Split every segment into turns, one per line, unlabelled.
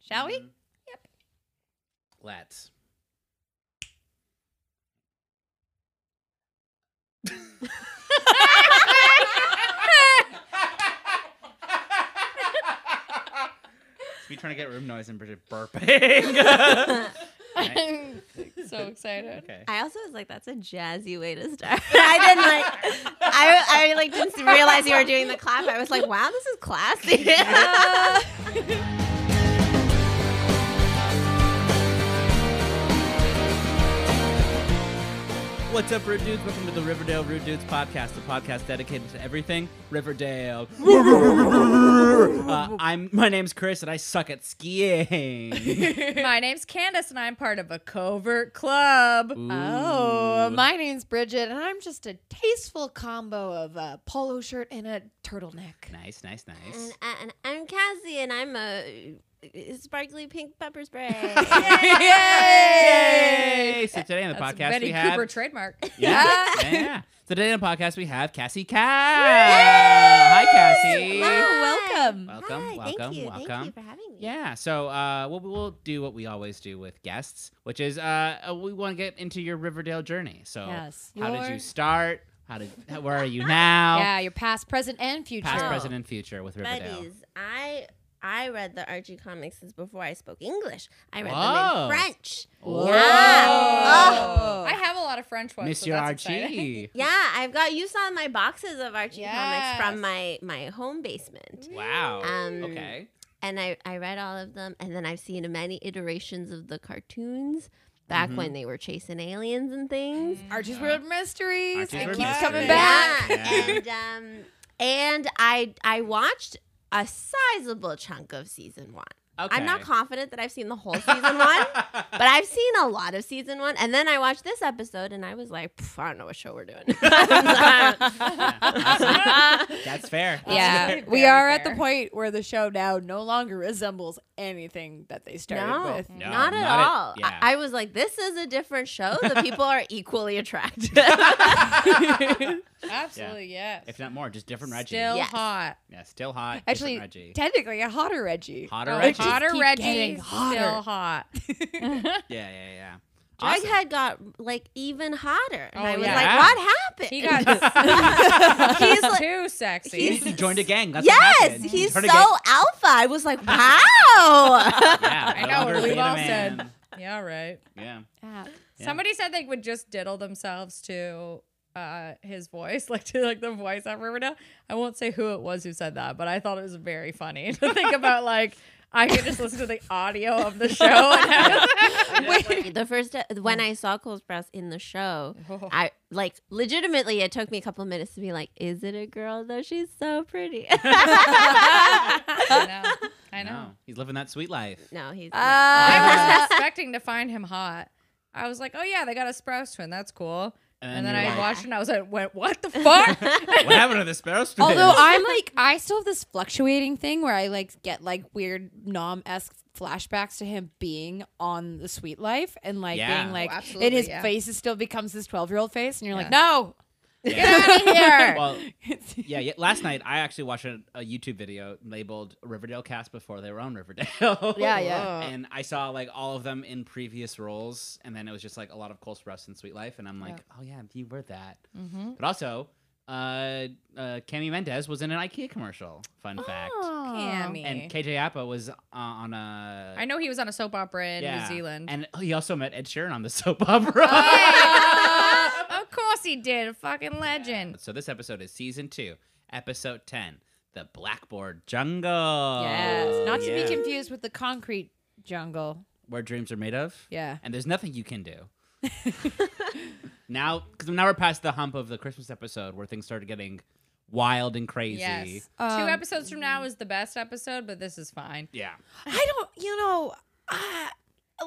Shall we?
Mhm.
Yep.
Let's. It's me trying to get room noise and Bridget burping.
I'm so excited.
okay.
I also was like, that's a jazzy way to start. I didn't like, I, I like didn't realize you were doing the clap. I was like, wow, this is classy.
What's up, Rude Dudes? Welcome to the Riverdale Rude Dudes podcast, the podcast dedicated to everything Riverdale. Uh, I'm my name's Chris, and I suck at skiing.
My name's Candace, and I'm part of a covert club.
Oh,
Ooh.
my name's Bridget, and I'm just a tasteful combo of a polo shirt and a turtleneck.
Nice, nice, nice.
and, and I'm Cassie, and I'm a uh, sparkly pink pepper spray.
Yay! So today on the
That's
podcast
Betty
we have
Cooper trademark.
yeah, yeah. yeah. So today on the podcast we have Cassie Cat. Hi, Cassie.
Hi.
Welcome,
welcome.
Hi,
welcome,
thank you, Thank
welcome.
you for having me.
Yeah, so uh, we'll, we'll do what we always do with guests, which is uh, uh, we want to get into your Riverdale journey. So,
Yes.
how did you
Your-
start? How did how- where are you now?
Yeah, your past, present, and future.
Past,
Oh.
present, and future with Riverdale.
Buddies, I I read the Archie comics since before I spoke English. I read
Whoa.
them in French.
Whoa.
Yeah.
Oh.
Oh.
I have a lot of French ones. so
Monsieur
Oh. that's exciting.
Archie.
Yeah, I've got you saw my boxes of Archie
Yes.
comics from my my home basement.
Wow.
Um,
okay.
And I I read all of them and then I've seen many iterations of the cartoons back when they were chasing aliens and things.
Mm.
Archie's World Mysteries.
Archie's
it
World
keeps
Mysteries.
coming back.
Yeah.
Yeah. and um and I I watched a sizable chunk of season 1.
Okay.
I'm not confident that I've seen the whole season 1. But I've seen a lot of season one, and then I watched this episode, and I was like, "Pff, I don't know what show we're doing.
That's fair.
Yeah,
That's
we
very
are at the
fair.
point where the show now no longer resembles anything that they started
no,
with.
No,
not at
not at-
all. I-
yeah.
I, was like, this is a different show. The people are equally attractive.
Absolutely, yes.
If not more, just different Reggie.
Still
Yes.
hot.
Yeah, still hot.
Actually,
different Reggie.
technically, a hotter Reggie.
hotter
Oh,
Reggie.
hotter
keep
Reggie.
getting hotter.
Still hot.
Yeah, yeah, yeah. Awesome.
Jughead got like even hotter, and
Oh,
I was
yeah.
Yeah.
like, what happened?
He got
He's like-
too sexy.
He, he joined a gang. That's what
yes,
happened. He
he's so
turned a gang.
alpha. I was like, wow.
Yeah,
I
no
know,
longer
we've
being a
all
man.
said- yeah, right.
Yeah. Yeah.
Somebody said they would just diddle themselves to uh, his voice, like to like the voice at Riverdale. I won't say who it was who said that, but I thought it was very funny to think about. Like I could just listen to the audio of the show. And
the first when I saw Cole Sprouse in the show,
Oh.
I like legitimately it took me a couple of minutes to be like, is it a girl though? She's so pretty.
I know. I know.
No, Uh. he's living that sweet life.
no, he's
I was expecting to find him hot. I was like, oh yeah, they got a Sprouse twin. That's cool. And, then
you're
I
like,
watched it and I was like, went, what the fuck?
What happened to the sparrow strip?
Although I'm like, I still have this fluctuating thing where I like get like weird nom esque flashbacks to him being on The Sweet Life and like
Yeah.
being like,
Oh, absolutely,
and his
yeah.
face is still becomes this 12 year old face, and you're like,
Yeah.
no,
yeah.
get out of here.
well, yeah, yeah. Last night I actually watched a, a YouTube video labeled Riverdale cast before they were on Riverdale.
Yeah, yeah.
And I saw like all of them in previous roles, and then it was just like a lot of Cole Sprouse and Sweet Life, and I'm like, oh yeah, you were that.
mm-hmm.
But also, uh, uh, Cami Mendez was in an IKEA commercial. Fun fact.
Oh,
Cammy.
And KJ Appa was uh, on a.
I know he was on a soap opera in
Yeah.
New Zealand. Oh,
And he also met Ed Sheeran on the soap opera.
Hey, of course he did. A fucking legend.
So this episode is season two, episode ten, the Blackboard Jungle.
yes, not to
Yeah.
be confused with the concrete jungle.
Where dreams are made of.
Yeah.
And there's nothing you can do. now, because now we're past the hump of the Christmas episode where things started getting wild and crazy.
Yes.
Um,
Two episodes from now is the best episode, but this is fine.
Yeah.
I don't, you know, I,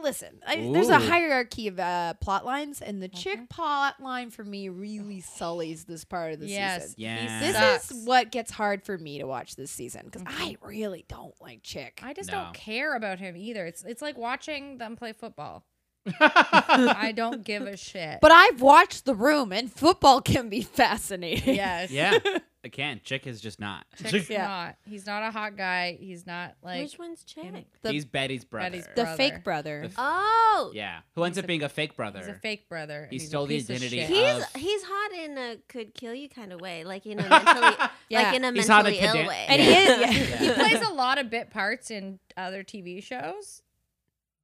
listen, I, there's a
Ooh.
hierarchy of uh, plot lines, and the chick plot line for me really sullies this part of the
yes.
season.
he
Yeah.
This
sucks.
is what gets hard for me to watch this season because I really don't like Chick.
I just
No.
don't care about him either. It's it's like watching them play football.
yeah.
I don't give a shit.
But I've watched The Room, and football can be fascinating.
yes.
I can't. Chick is just not.
Chick's
Yeah.
not. He's not a hot guy. He's not like
Which one's Chick?
him-
The-
He's Betty's brother.
Betty's
the
brother.
fake brother.
The f-
Oh,
yeah, who ends
He's
up
a-
being a fake brother.
He's a fake brother. and
He
he's a
stole the
piece of
identity
shit.
of-
he's
uh,
he's hot in a could kill you kind of way, like in a mentally,
Yeah.
like in a
He's hot in
mentally ill
Cadan-
way.
and he is. Yeah.
he plays a lot of bit parts in other TV shows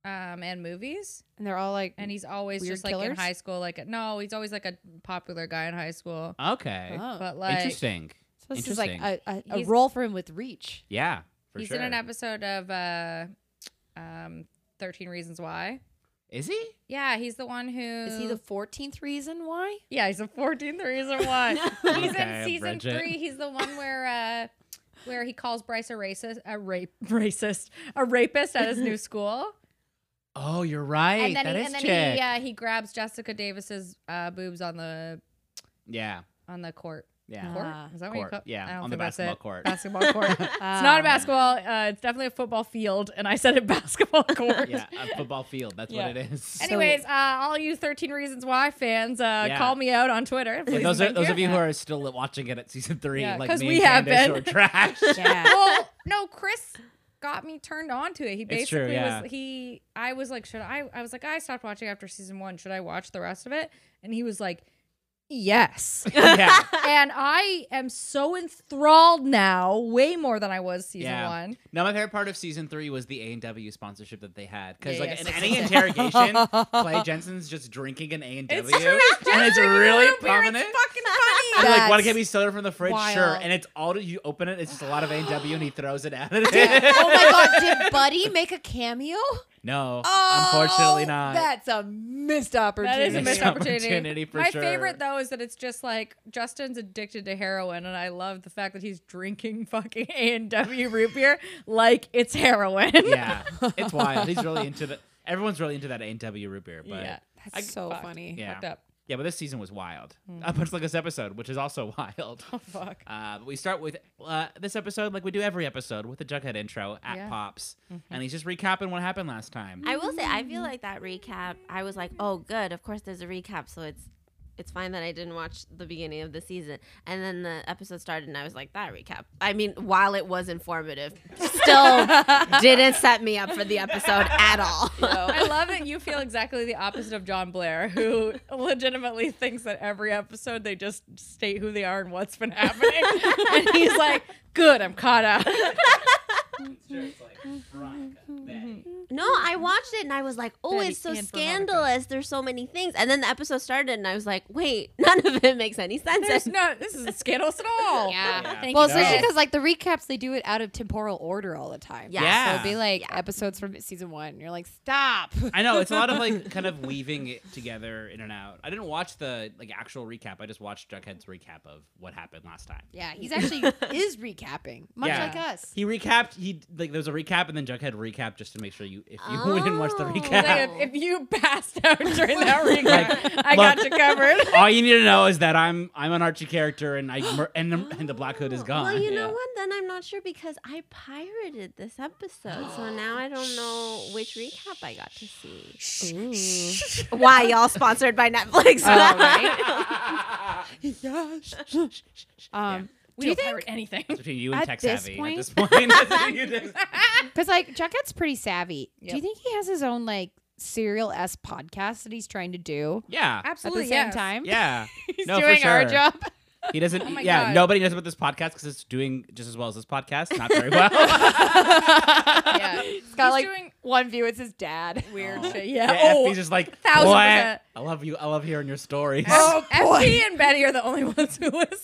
um, and movies.
And they're all like,
And he's always
Weird
just like in
killers?
high school, like a, no, he's always like a popular guy in high school.
okay,
oh.
But like
interesting.
so this is like a,
Interesting.
a, a
He's-
role for him with reach.
Yeah, for
he's
sure.
in an episode of uh, um, Thirteen Reasons Why.
is he?
Yeah, he's the one who
Is he the 14th reason why?
Yeah, he's the fourteenth reason why. He's
Okay,
in season
Bridget.
three. He's the one where uh, where he calls Bryce a racist, a rape, racist, a rapist at his new school,
Oh, you're right.
and then
That
he,
is
and then
Chick.
he uh, he grabs Jessica Davis's uh, boobs on the
yeah,
on the court.
yeah.
Court?
Ah.
Is that what you
Court.
call? I
Yeah,
don't
on the
think that's
basketball
it.
court.
Basketball court. it's
Um,
not a
Um,
basketball. Uh, it's definitely a football field, and I said it basketball court.
yeah, a football field. That's what it is.
And-
Anyways, uh, all you 13 Reasons Why fans, uh,
Yeah.
call me out on Twitter. Please
Yeah,
and
those are
thank
those of you who
Yeah.
are still watching it at season three,
Yeah,
like
'cause
me
we
and
have
Candace,
been.
were trash.
Yeah.
well, no, Chris got me turned on to it. He
It's true,
basically
yeah.
was he I was like, should I I was like, I stopped watching after season one. Should I watch the rest of it? And he was like, Yes.
yeah,
and I am so enthralled now, way more than I was season
Yeah.
one.
Now my favorite part of season three was the A and W sponsorship that they had because
Yeah,
like
yeah,
in
six
any
and
interrogation, Clay Jensen's just drinking an A and W,
It's true, he's
and it's really prominent.
fucking funny.
They're like, want
nuts.
to get me soda from the fridge? Sure.
Wild.
And it's all you open it. It's just a lot of A and W, and he throws it at it.
oh my god, did Buddy make a cameo?
no,
Oh,
unfortunately not.
That's a missed opportunity.
That is a
Missed
missed opportunity.
opportunity for
My
sure.
favorite though is that it's just like Justin's addicted to heroin, and I love the fact that he's drinking fucking A and W root beer like it's heroin.
yeah, it's wild. He's really into the. Everyone's really into that A and W root beer, but
Yeah.
That's
I-
so
fuck.
funny.
Yeah.
Fucked up.
Yeah, but this season was wild. Uh, much like this episode, which is also wild.
Oh fuck.
Uh, but we start with uh, this episode, like we do every episode, with the Jughead intro at
Yeah.
Pops, and he's just recapping what happened last time.
I will say, I feel like that recap. I was like, oh, good. Of course, there's a recap, so it's it's fine that I didn't watch the beginning of the season. And then the episode started, and I was like, that recap. I mean, while it was informative, still didn't set me up for the episode at all.
I love that you feel exactly the opposite of John Blair, who legitimately thinks that every episode they just state who they are and what's been happening. and he's like, good, I'm caught up.
No, I watched it and I was like, oh,
Betty
it's so
and Veronica.
scandalous. There's so many things. And then the episode started and I was like, wait, none of it makes any sense.
There's no, this isn't scandalous at all.
Yeah.
Thank
Well,
you,
especially
No.
Chris.
because like the recaps, they do it out of temporal order all the time.
Yeah.
So
Yeah.
it'd be like episodes from season one. And you're like, stop.
I know it's a lot of like kind of weaving it together in and out. I didn't watch the like actual recap. I just watched Jughead's recap of what happened last time.
Yeah, he's actually is recapping, much
Yeah.
like us.
He recapped. He like there was a recap, and then Jughead recapped just to make sure you if you didn't watch the
Oh.
recap.
Like, if, if you passed out during that recap, I
look-
got you covered.
All you need to know is that I'm I'm an Archie character, and I mur- and the, and the Black Hood is gone.
Well, you
Yeah.
know what? Then I'm not sure because I pirated this episode. so now I don't know which recap I got to see. Why y'all sponsored by Netflix?
Oh,
Yes. Um,
We
do
don't
you think?
pirate anything.
It's between you and
At
Tech
this
Savvy at
point-
this point. That's what you did.
Because like Jughead's pretty savvy. Do you
Yep.
think he has his own like serial s podcast that he's trying to do
yeah,
at the
Absolutely.
same
yes.
time?
yeah.
he's
No, for
doing our
sure.
job.
He doesn't.
my
yeah,
God.
nobody knows about this podcast because it's doing just as well as this podcast. Not very well.
Yeah.
It's got
He's
like
doing
one view. It's his dad.
weird
Oh.
shit. Yeah.
Yeah,
oh.
FB's just like
thousand
"What?
percent.
I love you. I love hearing your stories.
Oh,
F-
boy.
FB and Betty are the only ones who listen.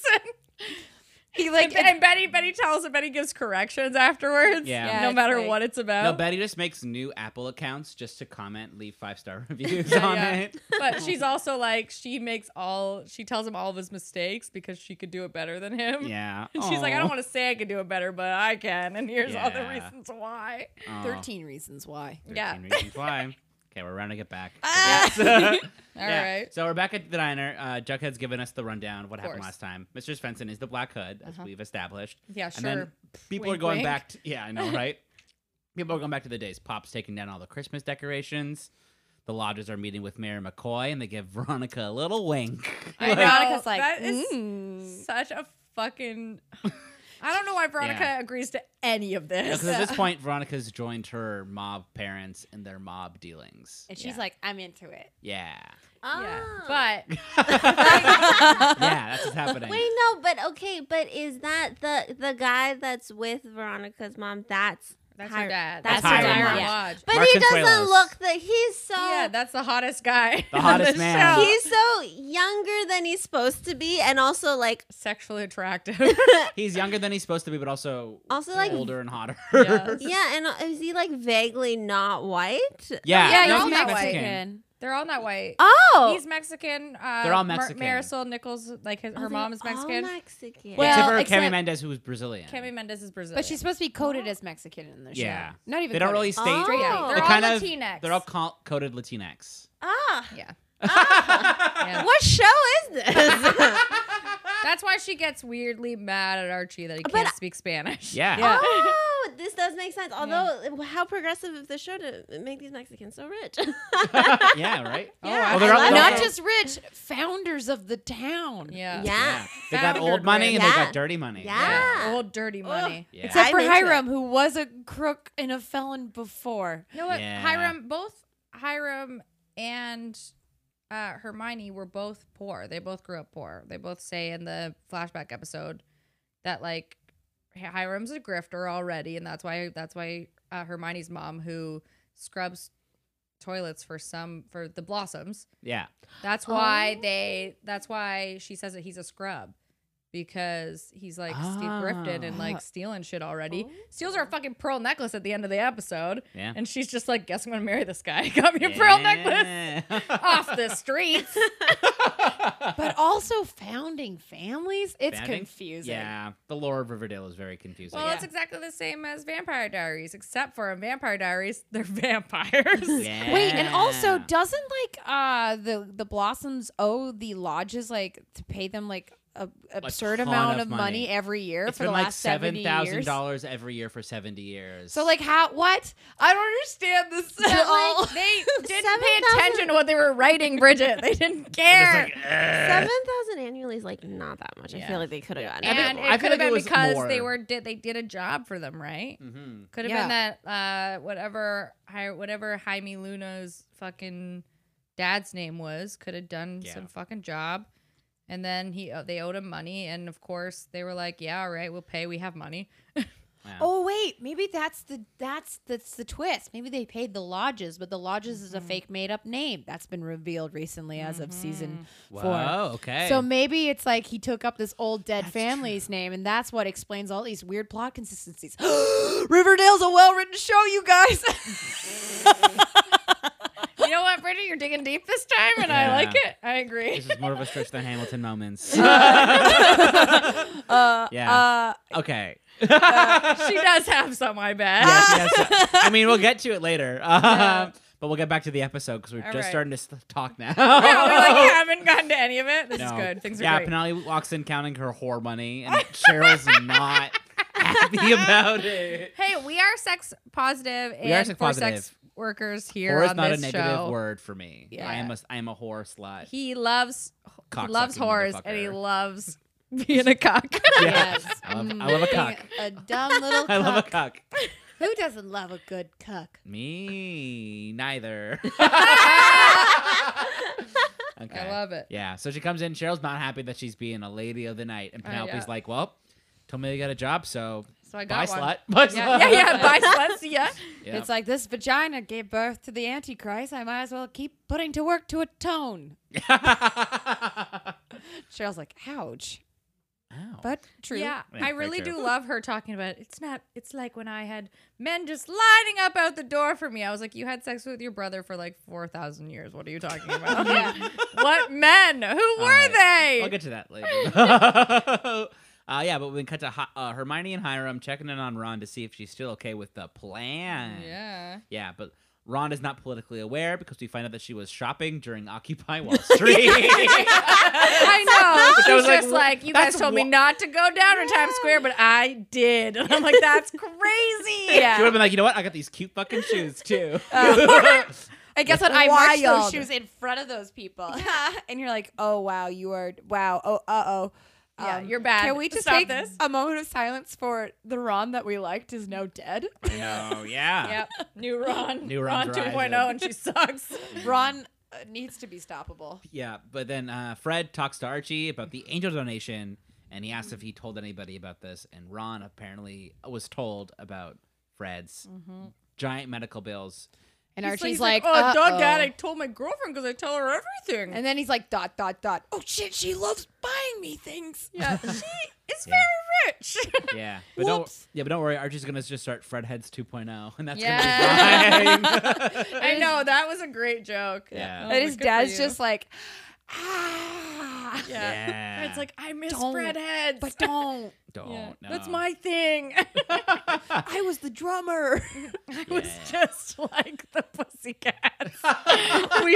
He like
and, and Betty Betty tells and Betty gives corrections afterwards.
Yeah.
Yeah,
no
it's
matter
like-
what it's
No,
about.
Betty just makes new Apple accounts just to comment, leave five star reviews
Yeah,
on
yeah.
it.
but she's also like she makes all she tells him all of his mistakes because she could do it better than him.
Yeah,
And she's like, I don't want to say I could do it better, but I can, and here's all the
Yeah.
reasons why.
Aw.
thirteen reasons why.
Yeah.
13 reasons why. Okay, we're rounding it back.
Ah.
All right.
All right.
So we're back at the diner. Uh, Jughead's given us the rundown of what happened last
course.
time. Mr. Svensson is the Black Hood, as
Uh-huh.
we've established.
Yeah,
And
sure.
then people
Wink,
are going
wink.
back to yeah, I know, right? people are going back to the days. Pop's taking down all the Christmas decorations. The lodgers are meeting with Mayor McCoy, and they give Veronica a little wink.
I know.
Veronica's
that
like,
is
"Mm."
such a fucking. I don't know why Veronica
Yeah.
agrees to any of this.
Because at this point, Veronica's joined her mob parents in their mob dealings.
And she's
Yeah.
like, I'm into it.
Yeah.
Yeah.
Oh.
But
yeah, that's what's happening.
Wait, no, but okay, but is that the the guy that's with Veronica's mom? That's
that's
Hi-
her dad.
That's,
That's
her
Hiram.
dad.
Yeah.
Lodge.
But
Mark
he doesn't
Consuelos.
look that he's so
yeah, that's the hottest guy.
The
on
hottest
the
man.
show.
he's so younger than he's supposed to be, and also like
sexually attractive.
He's younger than he's supposed to be, but also
Also, like-
older and hotter.
Yeah.
yeah, and uh, is he like vaguely not white?
yeah,
Yeah,
no,
you're
he's
all
not
that way.
Mexican.
They're all not white.
Oh,
He's Mexican. Uh,
They're all
Mar-
Mexican.
Marisol Nichols, like his,
Oh,
her
they're
mom is
all
Mexican.
Mexican.
Well,
Except for Cami
except-
Mendez, who was Brazilian.
Cami Mendez is Brazilian.
But she's supposed to be coded as Mexican in the show.
Yeah.
Not even
they don't
coded.
really state.
Oh. Straight
yeah,
Oh.
they're
They're
all
kind of-
Latinx.
They're all co- coded Latinx.
ah,
yeah.
ah. what show is this?
That's why she gets weirdly mad at Archie that he
But
can't
I-
speak Spanish.
Yeah.
Yeah.
Oh, this does make sense. Although, how progressive of the show to make these Mexicans so rich.
yeah, right?
Oh,
Yeah,
Well, they're
I
all-
love
they're
Not
all-
it.
just rich, founders of the town.
Yeah.
Yeah.
yeah.
They got
Foundered
old money
with-
and they
Yeah.
got dirty money.
Yeah.
Old dirty money.
Yeah.
Except
I'm
for
into it.
Hiram, who was a crook and a felon before.
You know what?
Yeah.
Hiram, both Hiram and uh, Hermione were both poor. They both grew up poor. They both say in the flashback episode that like Hiram's a grifter already, and that's why that's why uh, Hermione's mom, who scrubs toilets for some for the blossoms,
Yeah.
that's why they that's why she says that he's a scrub. Because he's like Steve grifted and
Ah.
like stealing shit already.
Oh.
Steals her fucking pearl necklace at the end of the episode.
Yeah.
And she's just like, guess I'm gonna marry this guy. Got me a pearl necklace off the streets.
But also founding families, it's
Founding?
confusing.
Yeah. The lore of Riverdale is very confusing.
Well, it's exactly the same as Vampire Diaries, except for in Vampire Diaries, they're vampires.
yeah.
Wait, and also doesn't like uh the the blossoms owe the lodges like to pay them like a absurd
ton
amount
of
of money.
money.
every year
it's
for
been
the
like
last
seven
70
thousand
years?
dollars every year for seventy years.
So like how what? I don't understand this
But,
at
like,
all.
they didn't pay
7,000
attention to what they were writing, Bridget. They didn't care.
It's like, eh.
Seven thousand annually is like not that much. I
Yeah.
feel like they could have gotten.
I think-
and
it.
I
it
feel like
could have
it
been
was
because
more.
they were did they did a job for them, right?
Mhm.
Could have
Yeah.
been that uh, whatever Hi- whatever Jaime Luna's fucking dad's name was could have done
Yeah.
some fucking job, and then he uh, they owed him money, and of course they were like, yeah, all right, we'll pay, we have money.
Yeah.
Oh wait, maybe that's the that's that's the twist. Maybe they paid the lodges, but the lodges is a fake made up name that's been revealed recently as of season four.
Whoa, okay.
So maybe it's like he took up this old dead family's name, and that's what explains all these weird plot consistencies. Riverdale's a well written show, you guys.
you know what, Bridget, you're digging deep this time, and
Yeah.
I like it. I agree.
this is more of a stretch than Hamilton moments.
uh,
Yeah. okay.
she does have some, I bet.
Yeah, she has to- I mean, we'll get to it later. Um, But we'll get back to the episode because we're
All
just
right.
starting to s- talk now.
Yeah, we're like, yeah, I haven't gotten to any of it. This is
No.
good. Things are
yeah,
great.
Penelope walks in counting her whore money, and Cheryl's not happy about it.
Hey, we are sex positive and
We are sex
for sex
positive.
workers here
Whore is
on
not a
this
negative
show.
word for me. I am
Yeah.
a I am a whore slut.
He loves he
Cocksucking
loves whores and he
motherfucker.
loves being a cock.
Yes. I love- I love a
Mm,
cock.
A dumb little
I love a
cuck.
cuck.
Who doesn't love a good cuck?
Me neither. okay.
I love it.
Yeah. So she comes in. Cheryl's not happy that she's being a lady of the night, and
Oh,
Penelope's
yeah.
like, "Well, told me you got a job, so
So I
bye,
got one.
slut. Bye,
Yeah,
slut."
yeah, yeah, bye sluts, yeah.
Yeah.
It's like this vagina gave birth to the Antichrist. I might as well keep putting to work to atone. Cheryl's like, ouch,
Ow.
but true.
Yeah,
Yeah,
I
very
really
true.
do love her talking about it. It's not it's like when I had men just lining up out the door for me. I was like, You had sex with your brother for like four thousand years. What are you talking about? What men? Who were
right.
they?
I'll get to that later. uh, yeah, but we can cut to Hi- uh, Hermione and Hiram checking in on Ron to see if she's still okay with the plan.
yeah.
Yeah, but Ron is not politically aware because we find out that she was shopping during Occupy Wall Street.
I know.
But I
She's
was like,
just
wh-
like, you
that's
guys told me
wh-
not to go down to Times Square, but I did. And I'm like, that's crazy.
She would have been like, you know what? I got these cute fucking shoes too.
Uh.
And guess what? I marched those shoes in front of those people. and you're like, oh wow, you are wow. Oh uh oh.
Yeah, you're bad.
Can we just
Stop
take
this.
a moment of silence for the Ron that we liked is now dead?
No, yeah.
Yep. New Ron.
New
Ron
Ron's rising.
2.0, oh, and she sucks.
Ron uh, needs to be stoppable.
Yeah, but then uh, Fred talks to Archie about the angel donation, and he asks if he told anybody about this. And Ron apparently was told about Fred's
Mm-hmm.
giant medical bills.
And
He's
Archie's
he's
like,
oh,
"Uh-oh."
dog dad, I told my girlfriend because I tell her everything.
And then he's like, dot, dot, dot. Oh shit, she loves buying me things.
yeah, she is
Yeah.
very rich. Oh
Yeah, but don't
Whoops.
yeah, but don't worry, Archie's gonna just start Fred Heads 2.0, and that's gonna be fine.
I know that was a great joke.
Yeah.
Oh,
and his
good for
dad's
you.
just like, ah.
yeah.
Yeah.
Fred's like, I miss
Don't,
Fred heads.
But don't.
don't. Oh,
Yeah.
No.
That's my thing.
I was the drummer.
I was
Yeah.
just like the pussycat. we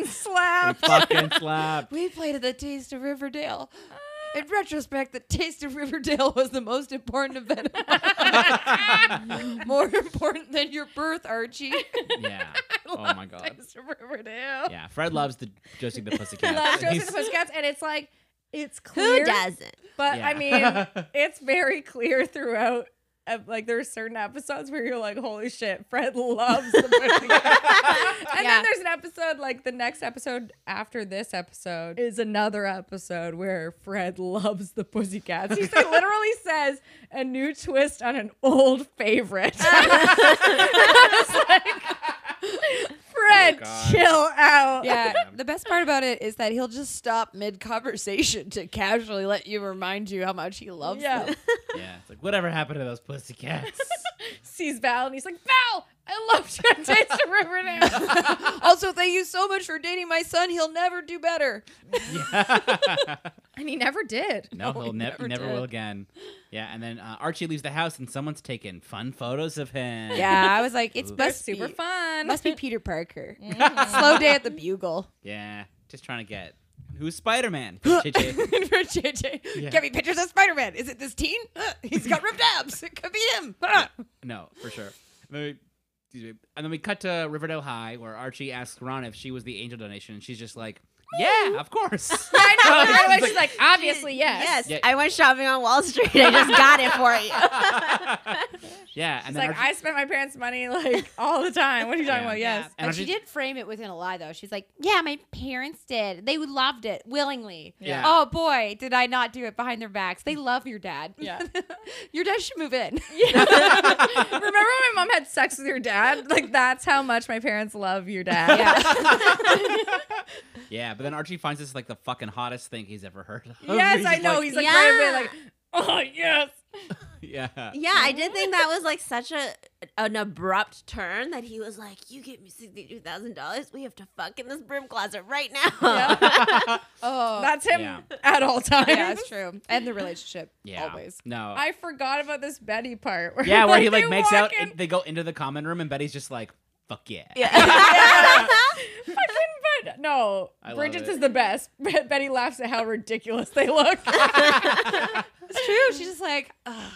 We
slapped.
fucking slap.
we played at the Taste of Riverdale.
Ah.
In retrospect, the Taste of Riverdale was the most important event. of my life. More important than your birth, Archie.
Yeah. Oh my god.
Nice to Riverdale.
Yeah, Fred loves the Josie the Pussycat.
Love Joseph
He's-
the Pussycats, and it's like it's clear.
Who doesn't?
But I
Yeah.
mean, it's very clear throughout. uh, Like there's certain episodes where you're like, "Holy shit, Fred loves the pussycats." and
Yeah.
then there's an episode like the next episode after this episode is another episode where Fred loves the pussycats. He like, literally says a new twist on an old favorite. It's like, Fred,
God.
chill out.
Yeah. The best part about it is that he'll just stop mid conversation to casually let you remind you how much he loves
Yeah.
them.
yeah, it's like whatever happened to those pussycats.
sees Val and he's like, Val, I loved your taste of Riverdale.
also, thank you so much for dating my son. He'll never do better.
yeah.
and he never did.
No, he'll
he
nev-
never
never
did.
will again. Yeah, and then uh, Archie leaves the house, and someone's taken fun photos of him.
Yeah, I was like, it's
They're
must
super
be,
fun.
Must be Peter Parker. Slow day at the bugle.
yeah. Just trying to get who's Spider Man?
For
JJ.
JJ,
Yeah.
get me pictures of Spider Man. Is it this teen? Uh, he's got ripped abs. It could be him. Uh.
No, for sure. And then, we, excuse me. and then we cut to Riverdale High, where Archie asks Ron if she was the angel donation, and she's just like, "Yeah, of course."
I know. I was
It's
just like, obviously, yes.
Yes.
Yeah.
I went shopping on Wall Street. I just got it for you.
yeah, and
It's
then
like,
Archie-
I spent my parents' money like all the time. What are you talking
Yeah.
about?
Yeah,
Yes.
And
but she
Archie-
did frame it within a lie, though. She's like, "Yeah, my parents did. They loved it willingly.
Yeah.
Oh boy, did I not do it behind their backs. They love your dad.
Yeah.
your dad should move in.
Remember when my mom had sex with your dad? Like, that's how much my parents love your dad.
yeah, but then Archie finds this like the fucking hottest thing he's ever heard. Of.
Yes,
He's
I
just
know.
like-
He's like,
Yeah.
right away, like, oh, yes.
yeah.
Yeah, I did think that was like such a an abrupt turn that he was like, "You give me sixty two thousand dollars, we have to fuck in this broom closet right now."
oh,
That's him
Yeah.
at all times.
yeah, that's true. And the relationship,
Yeah.
always.
No.
I forgot about this Betty part. Where
yeah, where he like
they
makes
walk
out.
in-
and they go into the common room, and Betty's just like, "Fuck yeah."
Fucking Bet- no,
I love
Bridget's
it.
is the best. Bet- Betty laughs at how ridiculous they look.
It's true. She's just like, Ugh.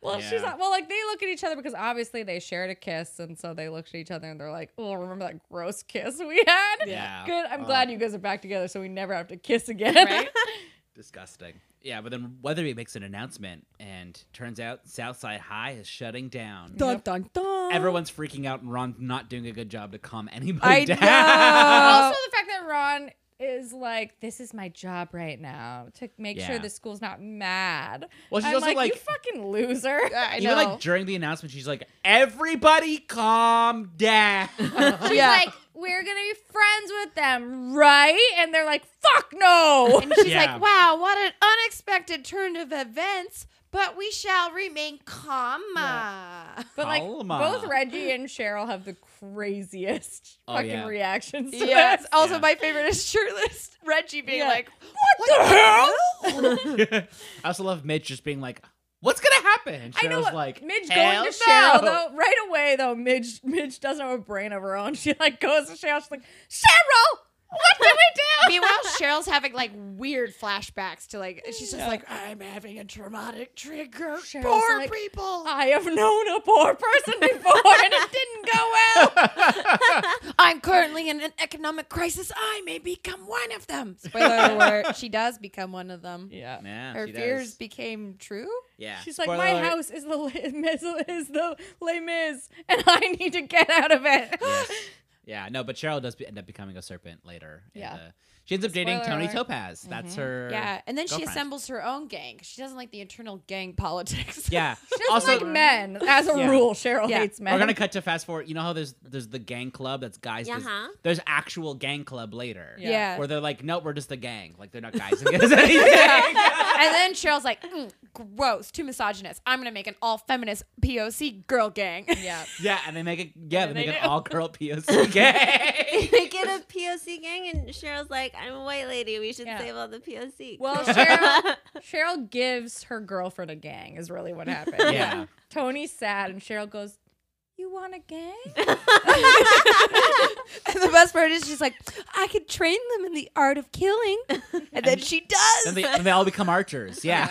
well,
Yeah.
she's like, well, like they look at each other because obviously they shared a kiss, and so they looked at each other and they're like, "Oh, remember that gross kiss we had?
Yeah.
good.
Oh.
I'm glad you guys are back together, so we never have to kiss again."
Disgusting. Yeah, but then Weatherby makes an announcement, and turns out Southside High is shutting down.
dun dun dun.
Everyone's freaking out, and Ron's not doing a good job to calm anybody
I
down. Uh,
know.
also, the fact that Ron is like, "This is my job right now to make
Yeah.
sure the school's not mad."
Well, she's
I'm
also
like,
like-
"You fucking loser."
I
Even
know.
like during the announcement, she's like, "Everybody, calm down."
She's
Yeah.
like, we're gonna be friends with them, right? And they're like, fuck no.
And she's
Yeah.
like, wow, what an unexpected turn of events, but we shall remain calm. Yeah.
But like,
Calma.
both Reggie and Cheryl have the craziest
Oh,
fucking
yeah.
reactions to
Yes.
this.
Also,
Yeah.
my favorite is shirtless Reggie being
Yeah.
like, what, the hell?
I also love Mitch just being like, "What's gonna happen?" And
I know
Cheryl's
what
like,
Midge
"Hell
going to
no."
Cheryl though. Right away though, Midge Midge doesn't have a brain of her own. She like goes to Cheryl. She's like, Cheryl, what did we do?
Meanwhile, Cheryl's having like weird flashbacks to like, she's just like, I'm having a traumatic trigger.
Cheryl's
Poor
like, "Uh,
people.
I have known a poor person before, and it didn't go well.
I'm currently living in an economic crisis, I may become one of them. Spoiler alert, she does become one of them.
Yeah.
Yeah,
Her
she
fears
does.
became true.
Yeah.
She's like,
Spoiler
my
alert.
house is the La- is, is the Les Mis, and I need to get out of it.
Yeah, no, but Cheryl does be, end up becoming a serpent later. and,
Yeah. Mm-hmm.
uh, she ends up dating
Spoiler
Tony
alert.
Topaz. That's her.
Yeah, and then she
girlfriend.
assembles her own gang. She doesn't like the internal gang politics.
Yeah.
also,
also,
like men, as a
Yeah.
rule, Cheryl
Yeah.
hates men. Uh-huh.
we're gonna cut to fast forward. You know how there's there's the gang club that's guys.
Yeah,
there's,
huh?
there's actual gang club later.
Yeah.
yeah.
Where they're like, no, we're just a gang. Like they're not guys. against anything.
and then Cheryl's like, mm, gross, too misogynist. I'm gonna make an all feminist POC girl gang.
yeah.
yeah, and they make it. Yeah, they,
they
make
do.
an all girl POC gang.
they get a POC gang, and Cheryl's like, "I'm a white lady. We should
Yeah.
save all the POC."
Well, Cheryl, Cheryl gives her girlfriend a gang. Is really what happened.
yeah.
Tony's sad, and Cheryl goes, "You want a gang?"
and the best part is she's like, I could train them in the art of killing. And then she does.
Then they, then they all become archers. Yeah.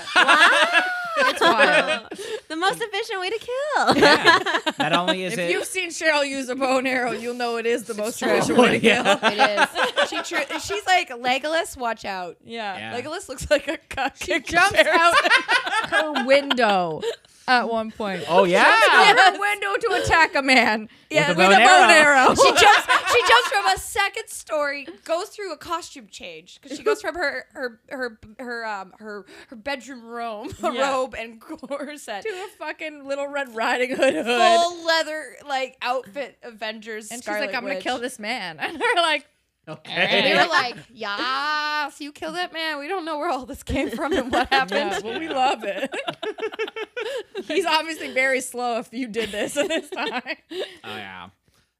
Wow. the most efficient way to kill.
Yeah. Not only is
If
it. Oh,
you've seen Cheryl use a bow and arrow, you'll know it is the most
true.
traditional way to
Yeah.
kill.
it is. She tr- she's like Legolas, watch out.
Yeah.
Yeah.
Legolas looks like a cuck. She
Jumps out her window at one point.
oh yeah.
Out her window to attack a man.
Yeah,
with a bow and arrow.
She jumps. She jumps from a second story, goes through a costume change because she goes from her her her her um her her bedroom robe, a
Yeah.
robe and corset,
to a fucking little Red Riding Hood hood.
full leather like outfit, Avengers.
and
Scarlet
she's like, "I'm
Witch.
gonna kill this man," and we're like,
And
Okay.
they were like, "Yes, you kill that man. We don't know where all this came from and what happened."
"Yeah, well, we love it." He's obviously very slow. If you did this at this time,
Oh yeah.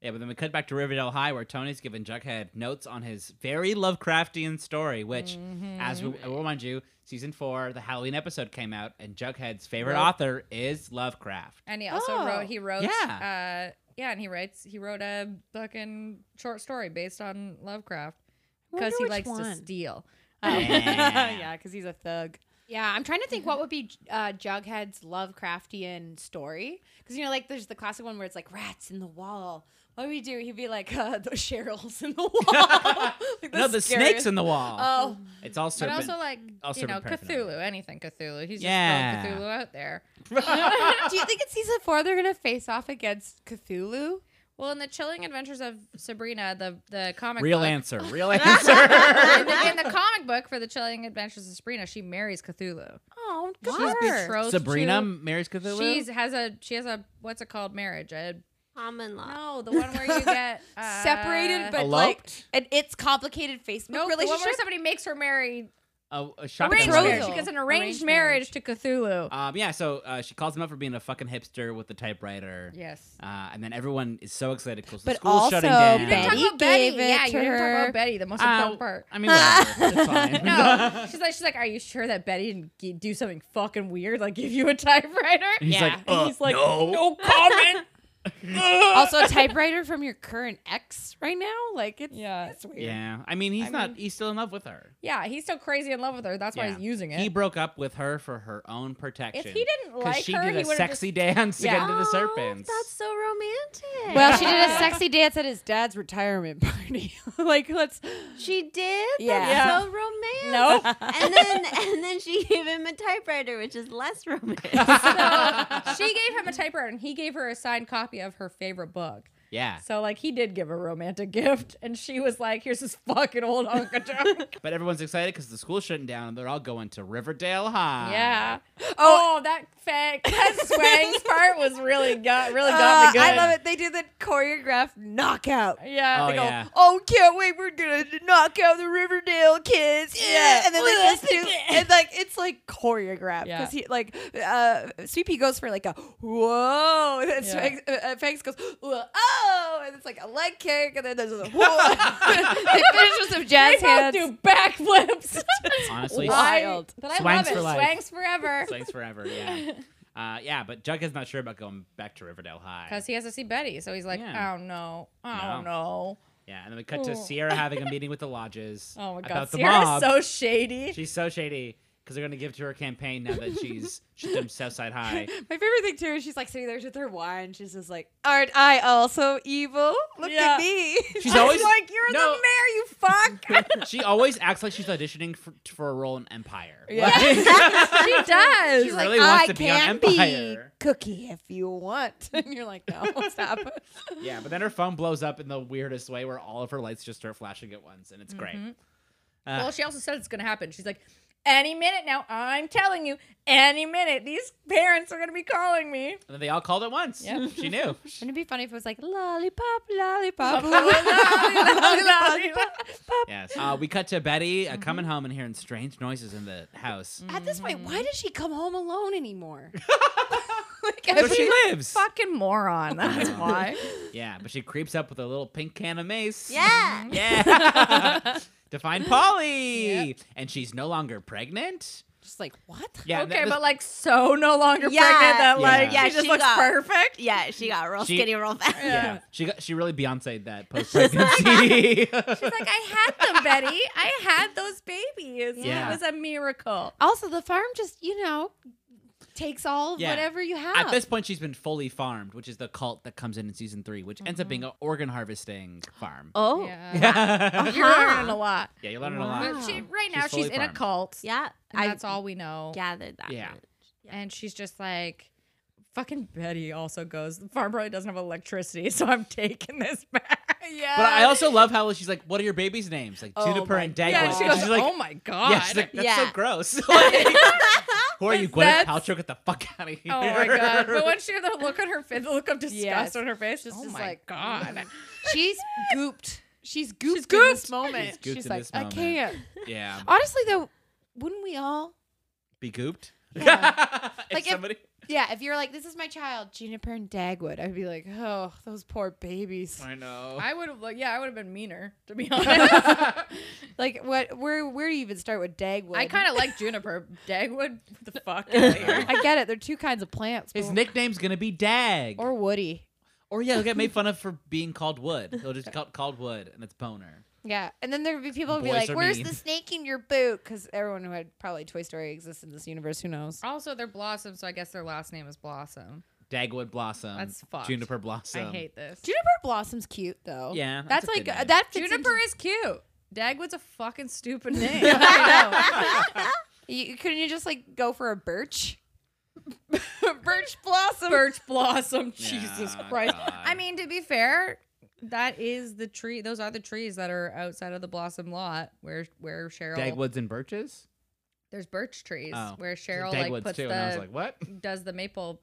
Yeah, but then we cut back to Riverdale High where Tony's giving Jughead notes on his very Lovecraftian story, which, as we I will remind you, season four, the Halloween episode came out, and Jughead's favorite
Love-
author is Lovecraft.
and he also
Oh.
wrote. He wrote.
Yeah.
Uh, yeah, and he writes. He wrote a fucking short story based on Lovecraft
wonder
because he
which
likes to
one.
steal.
Yeah.
because he's a thug.
Yeah, I'm trying to think what would be uh, Jughead's Lovecraftian story. Because, you know, like there's the classic one where it's like rats in the wall. What would we do? He'd be like, uh, the Cheryls in the wall. Like,
no, the snakes
scariest-
in the wall.
Oh,
it's all
But
serpent.
also like
also
you know
serpent
Cthulhu, anything Cthulhu. He's
Yeah.
just throwing Cthulhu out there.
Oh. do you think in season four they're gonna face off against Cthulhu?
Well, in the Chilling Adventures of Sabrina, the the comic
real
book,
answer. Real answer.
in, the, in the comic book for the Chilling Adventures of Sabrina, she marries Cthulhu.
Oh,
She's
God.
betrothed.
Sabrina
To,
marries Cthulhu.
she's has a she has a what's it called marriage? A,
Common law.
no, the one where you get uh,
separated, but
Eloped?
like, and it's complicated Facebook
no, the one
relationship.
where somebody makes her marry
a, a shotgun
arranged
betrothal.
marriage. She
marriage.
gets an arranged,
Arranged
marriage, to Cthulhu.
Um, yeah, so uh, she calls him up for being a fucking hipster with the typewriter.
yes.
Uh, and then everyone is so excited because the
But
school's
also
shutting down.
Talk
You Betty
about Betty.
gave it
yeah,
to
you didn't talk
her.
about Betty, the most
Uh,
important part.
I mean, whatever. it's fine.
No, she's like, she's like, are you sure that Betty didn't g- do something fucking weird, like give you a typewriter?
He's like,
And
"Uh,
he's like,
no."
comment.
Also, a typewriter from your current ex right now? Like, it's,
Yeah.
it's weird.
Yeah, I mean, he's not. he's still in love with her.
yeah, he's still crazy in love with her. That's why
Yeah.
he's using it.
He broke up with her for her own protection.
If he didn't
'Cause
like
she
her,
did
he
a
would've
sexy dance to
Yeah.
get into the serpents.
Oh, That's so romantic.
Well, she did a sexy dance at his dad's retirement party. like, let's.
She did.
Yeah.
That's
Yeah.
so romantic.
Nope.
And then, and then she gave him a typewriter, which is less romantic.
So she gave him a typewriter, and he gave her a signed copy of her favorite book.
yeah,
So like, he did give a romantic gift, and she was like, "Here's this fucking old honka junk."
but everyone's excited because the school's shutting down and they're all going to Riverdale High.
yeah. Oh, that fact, that swangs part was really got really got
Uh,
me good.
I love it. They did the choreographed knockout.
Yeah.
Oh,
they go,
yeah.
Oh, can't wait! We're gonna knock out the Riverdale kids. Yeah,
Yeah.
and then they just do, and like it's like choreographed
Yeah.
because he like uh, Sweet Pea goes for like a whoa, and then
Yeah.
Fangs, uh, uh, Fangs goes oh, and it's like a leg kick, and then there's a whoa. they finish with some
They
jazz
both
hands.
do backflips.
honestly,
Why?
Wild. But I
Swangs
love it.
for life.
Swangs forever.
thanks forever. Yeah, uh, yeah. But Jughead's not sure about going back to Riverdale High.
Because he has to see Betty. So he's like,
Yeah.
oh no. Oh
No.
no. no.
yeah, and then we cut to
Ooh.
Sierra having a meeting with the lodges.
Oh my God.
about the
Sierra's
mob.
so shady.
She's so shady. because they're gonna give to her campaign now that she's she's done Southside High.
My favorite thing too is she's like sitting there with her wine. She's just like, "Aren't I also evil? Look
Yeah.
at me."
She's always
like, "You're
No.
the mayor, you fuck."
she always acts like she's auditioning for, for a role in Empire.
Yeah.
Like-
she does.
She really wants to be on Empire.
cookie if you want, and you're like, "No, stop."
yeah, but then her phone blows up in the weirdest way where all of her lights just start flashing at once, and it's great.
Mm-hmm. Well, she also said it's going to happen. She's like, any minute now, I'm telling you, any minute, these parents are going to be calling me.
And then they all called at once.
Yep.
She knew.
Wouldn't it be funny if it was like lollipop,
Lollipop,
lollipop?
lollipop.
yes. Uh, we cut to Betty uh, coming home and hearing strange noises in the house.
At this point, why does she come home alone anymore? like,
Where
every-
she lives.
Fucking moron. That's why.
Yeah, but she creeps up with a little pink can of mace.
Yeah.
Yeah. to find Polly. And she's no longer pregnant.
just like what?
Yeah. and
okay,
th-
but like so no longer
Yeah.
pregnant that
Yeah.
like
Yeah,
she just
she
looks
got-
perfect.
Yeah, she got real
She-
skinny real fast.
yeah. She got she really Beyonce'd that post pregnancy.
She's like, I had them, Betty. I had those babies.
Yeah.
It was a miracle.
Also, the farm just you know takes all of
Yeah.
whatever you have.
At this point, she's been fully farmed, which is the cult that comes in in season three, which ends up being an organ harvesting farm.
Oh. Yeah.
Yeah.
Yeah,
You're
Uh-huh.
learning a lot.
you learn it a
Wow.
lot.
But she, right now,
She's
she's,
fully
in a
farmed.
cult. And
I
that's all we know.
gathered that.
Yeah.
much.
And she's just like, fucking Betty also goes, the farm probably doesn't have electricity, so I'm taking this back. yeah.
But I also love how she's like, "What are your babies' names?" Like Juniper and Dagwood.
Uh, Oh yeah, she
And
goes,
she's like,
oh my God.
yeah, she's like, that's so
Yeah.
gross. Like, who are you,
Because
Gwyneth
that's-
Paltrow? Get the fuck out of here!
Oh my god! But once she had the look on her face, the look of disgust
Yes.
on her face,
Just
oh
is
my
like-
god!
She's gooped. She's gooped, in
gooped.
this moment.
She's gooped
She's,
in
like,
this
I
moment."
can't.
yeah,
Honestly, though, wouldn't we all?
be gooped. if
Like, if-
somebody,
Yeah, if you're like, this is my child, Juniper and Dagwood, I'd be like, oh, those poor babies.
I know.
I would have, yeah, I would have been meaner to be honest.
Like, what? Where? Where do you even start with Dagwood?
I kind of like juniper. Dagwood, what the fuck? outta here.
I get it. There are two kinds of plants.
His
but-
nickname's gonna be Dag. Or,
or Woody.
yeah, he'll get made fun of for being called Wood. He'll just call called Wood, and it's boner.
Yeah, and then there would be people would be
Boys
like,
are
"Where's
mean."
the snake in your boot?" Because everyone who had probably Toy Story exists in this universe. Who knows?
Also, they're Blossom, so I guess their last name is Blossom.
Dagwood Blossom.
That's fucked.
Juniper Blossom.
I hate this.
Juniper Blossom's cute though.
Yeah, that's
that's,
a good
like uh,
name.
that. Fits
Juniper
into-
is cute. Dagwood's a fucking stupid name. I
you, couldn't you just like go for a birch?
know. Birch Blossom. Birch Blossom. Jesus
Yeah,
Christ.
God.
I mean, to be fair, that is the tree. Those are the trees that are outside of the Blossom lot where where Cheryl.
Dagwoods and birches.
There's birch trees
Oh.
where Cheryl
Dagwoods
like puts
too,
the
and I was like, what?
does the maple.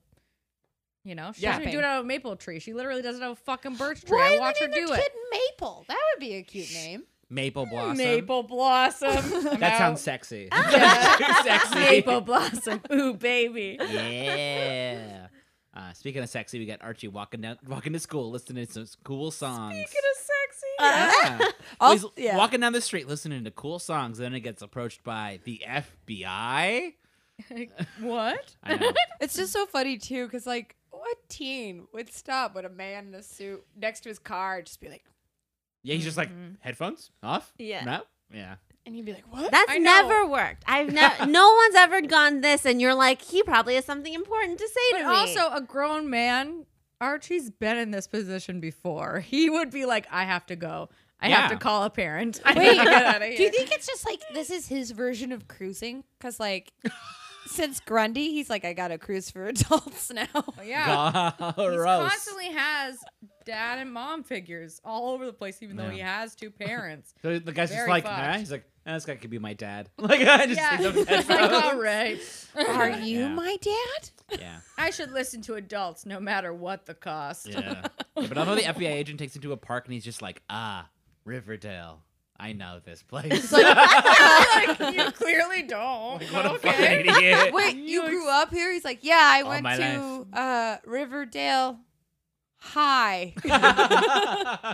You know, she
Yeah.
doesn't even do it
Chopping.
out of a maple tree. She literally doesn't have a fucking birch tree.
Why
I watch her
isn't
do it.
a kid Maple. That would be a cute name.
Maple Blossom.
Maple blossom. I'm
That sounds
out.
sexy. That's too sexy.
maple blossom. Ooh, baby.
Yeah. Uh, speaking of sexy, we got Archie walking down, walking to school, listening to some cool songs.
sexy.
Uh,
yeah.
I'll-
He's
yeah.
walking down the street, listening to cool songs. Then it gets approached by the FBI.
what?
I know.
It's just so funny too, because like, what teen would stop with a man in a suit next to his car just be like,
Yeah, he's just like
Mm-hmm.
headphones off.
Yeah.
No. Yeah.
and he'd be like, "What?"
That's
I know.
never worked. I've never. no one's ever gone this, and you're like, he probably has something important to say
But
to me.
also, a grown man, Archie's been in this position before. He would be like, I have to go. I have
Yeah.
to call a parent. I
Wait,
have to get out of
do
here.
you think it's just like this is his version of cruising? Because like, since Grundy, he's like, I gotta cruise for adults now.
yeah. He
Gross.
constantly has dad and mom figures all over the place, even
Yeah.
though he has two parents.
So the guy's just
Very
like,
fucked.
huh? he's like, "Ah, this guy could be my dad. Like, I just
yeah.
think
It's
that's-
like, "Oh, all right.
Are you
Yeah.
my dad?
yeah.
I should listen to adults no matter what the cost.
Yeah. Yeah, but I know the FBI agent takes him to a park and he's just like, ah, Riverdale. I know this place.
like, you clearly don't.
what a
okay.
fucking idiot.
Wait, you grew up here? He's like, yeah, I
All
went
my
to uh, Riverdale High.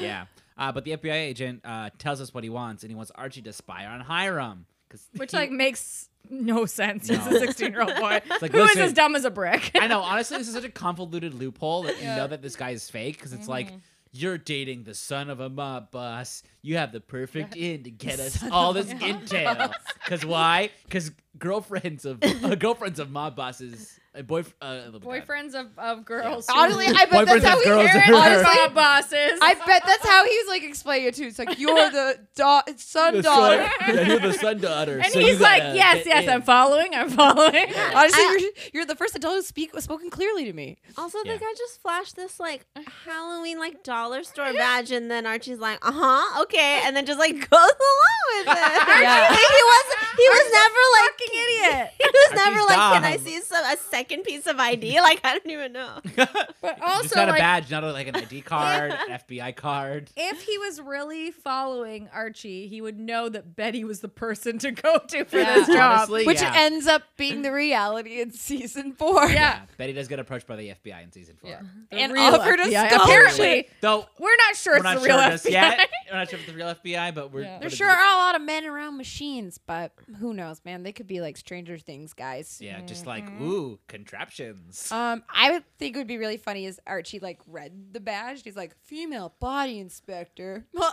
yeah. Uh, but the FBI agent uh, tells us what he wants and he wants Archie to spy on Hiram. Cause
Which
he-
like makes no sense.
No.
He's a 16 year old boy
It's like,
who is
listen-
as dumb as a brick. Mm-hmm.
I know, honestly, this is such a convoluted loophole that you know that this guy is fake because it's like You're dating the son of a mob boss. You have the perfect in to get us all this intel. Because why? Because girlfriends of uh, girlfriends of mob bosses, uh, boyf- uh, oh my God.
Boyfriends of, of girls.
Honestly, I bet
Boyfriends
that's how
of
he.
girls
Aaron,
who are-
honestly,
Bob bosses.
I bet that's how he's like explaining it too. It's like you're the da- son
The son-
daughter.
yeah, you're the son daughter.
and
so you
he's like,
gotta
yes,
get
yes,
in."
I'm following, I'm following.
Honestly,
I-
you're, you're the first adult who speak spoken clearly to me.
Also,
Yeah.
the guy just flashed this like Halloween like dollar store badge, and then Archie's like, "Uh huh, okay," and then just like goes along with it.
Yeah.
Like, he was he was never like idiot. He was never
Archie's
like, "Can I
dumb."
see some a second piece of ID?" Like I don't even know.
But
just
also,
not
like,
a badge, not a, like an ID card, an FBI card.
if he was really following Archie, he would know that Betty was the person to go to for
Yeah.
this job.
Honestly,
Which
yeah.
ends up being the reality in season four.
yeah.
Betty does get approached by the FBI in season four.
uh, Yeah.
And
The real
offered a
FBI.
scholarship.
Apparently,
Though
we're not sure
we're
it's
not
the
sure
real
just
FBI.
yet. We're not sure if it's the real FBI, but we're
Yeah.
but
There
There
it's-
sure are a lot of men around machines, but who knows, man? They could be like Stranger Things guys.
Yeah, just like
Mm-hmm.
ooh contraptions.
Oh.
Um, I would think would be really funny is Archie like read the badge. He's like female body inspector. Huh.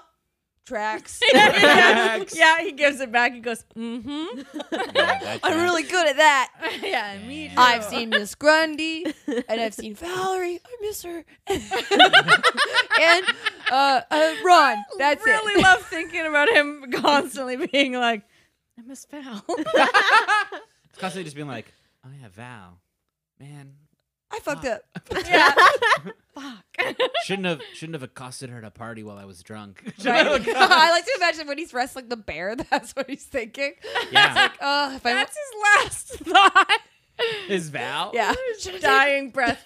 Tracks.
yeah.
Facts.
yeah, he gives it back. He goes, mm-hmm.
Yeah, that's
I'm
right.
really good at that.
yeah, and me
Yeah.
too.
I've seen Miss Grundy and I've seen Valerie. I miss her. and uh, uh, Ron. That's
really
it.
love thinking about him constantly being like, I miss Val.
It's constantly just being like, oh yeah, Val, man,
I fucked up.
yeah.
shouldn't have shouldn't have accosted her at a party while I was drunk.
Right? I like to imagine when he's wrestling the bear, that's what he's thinking.
yeah,
Oh, if I
That's his last thought.
is Val?
yeah.
Dying breath.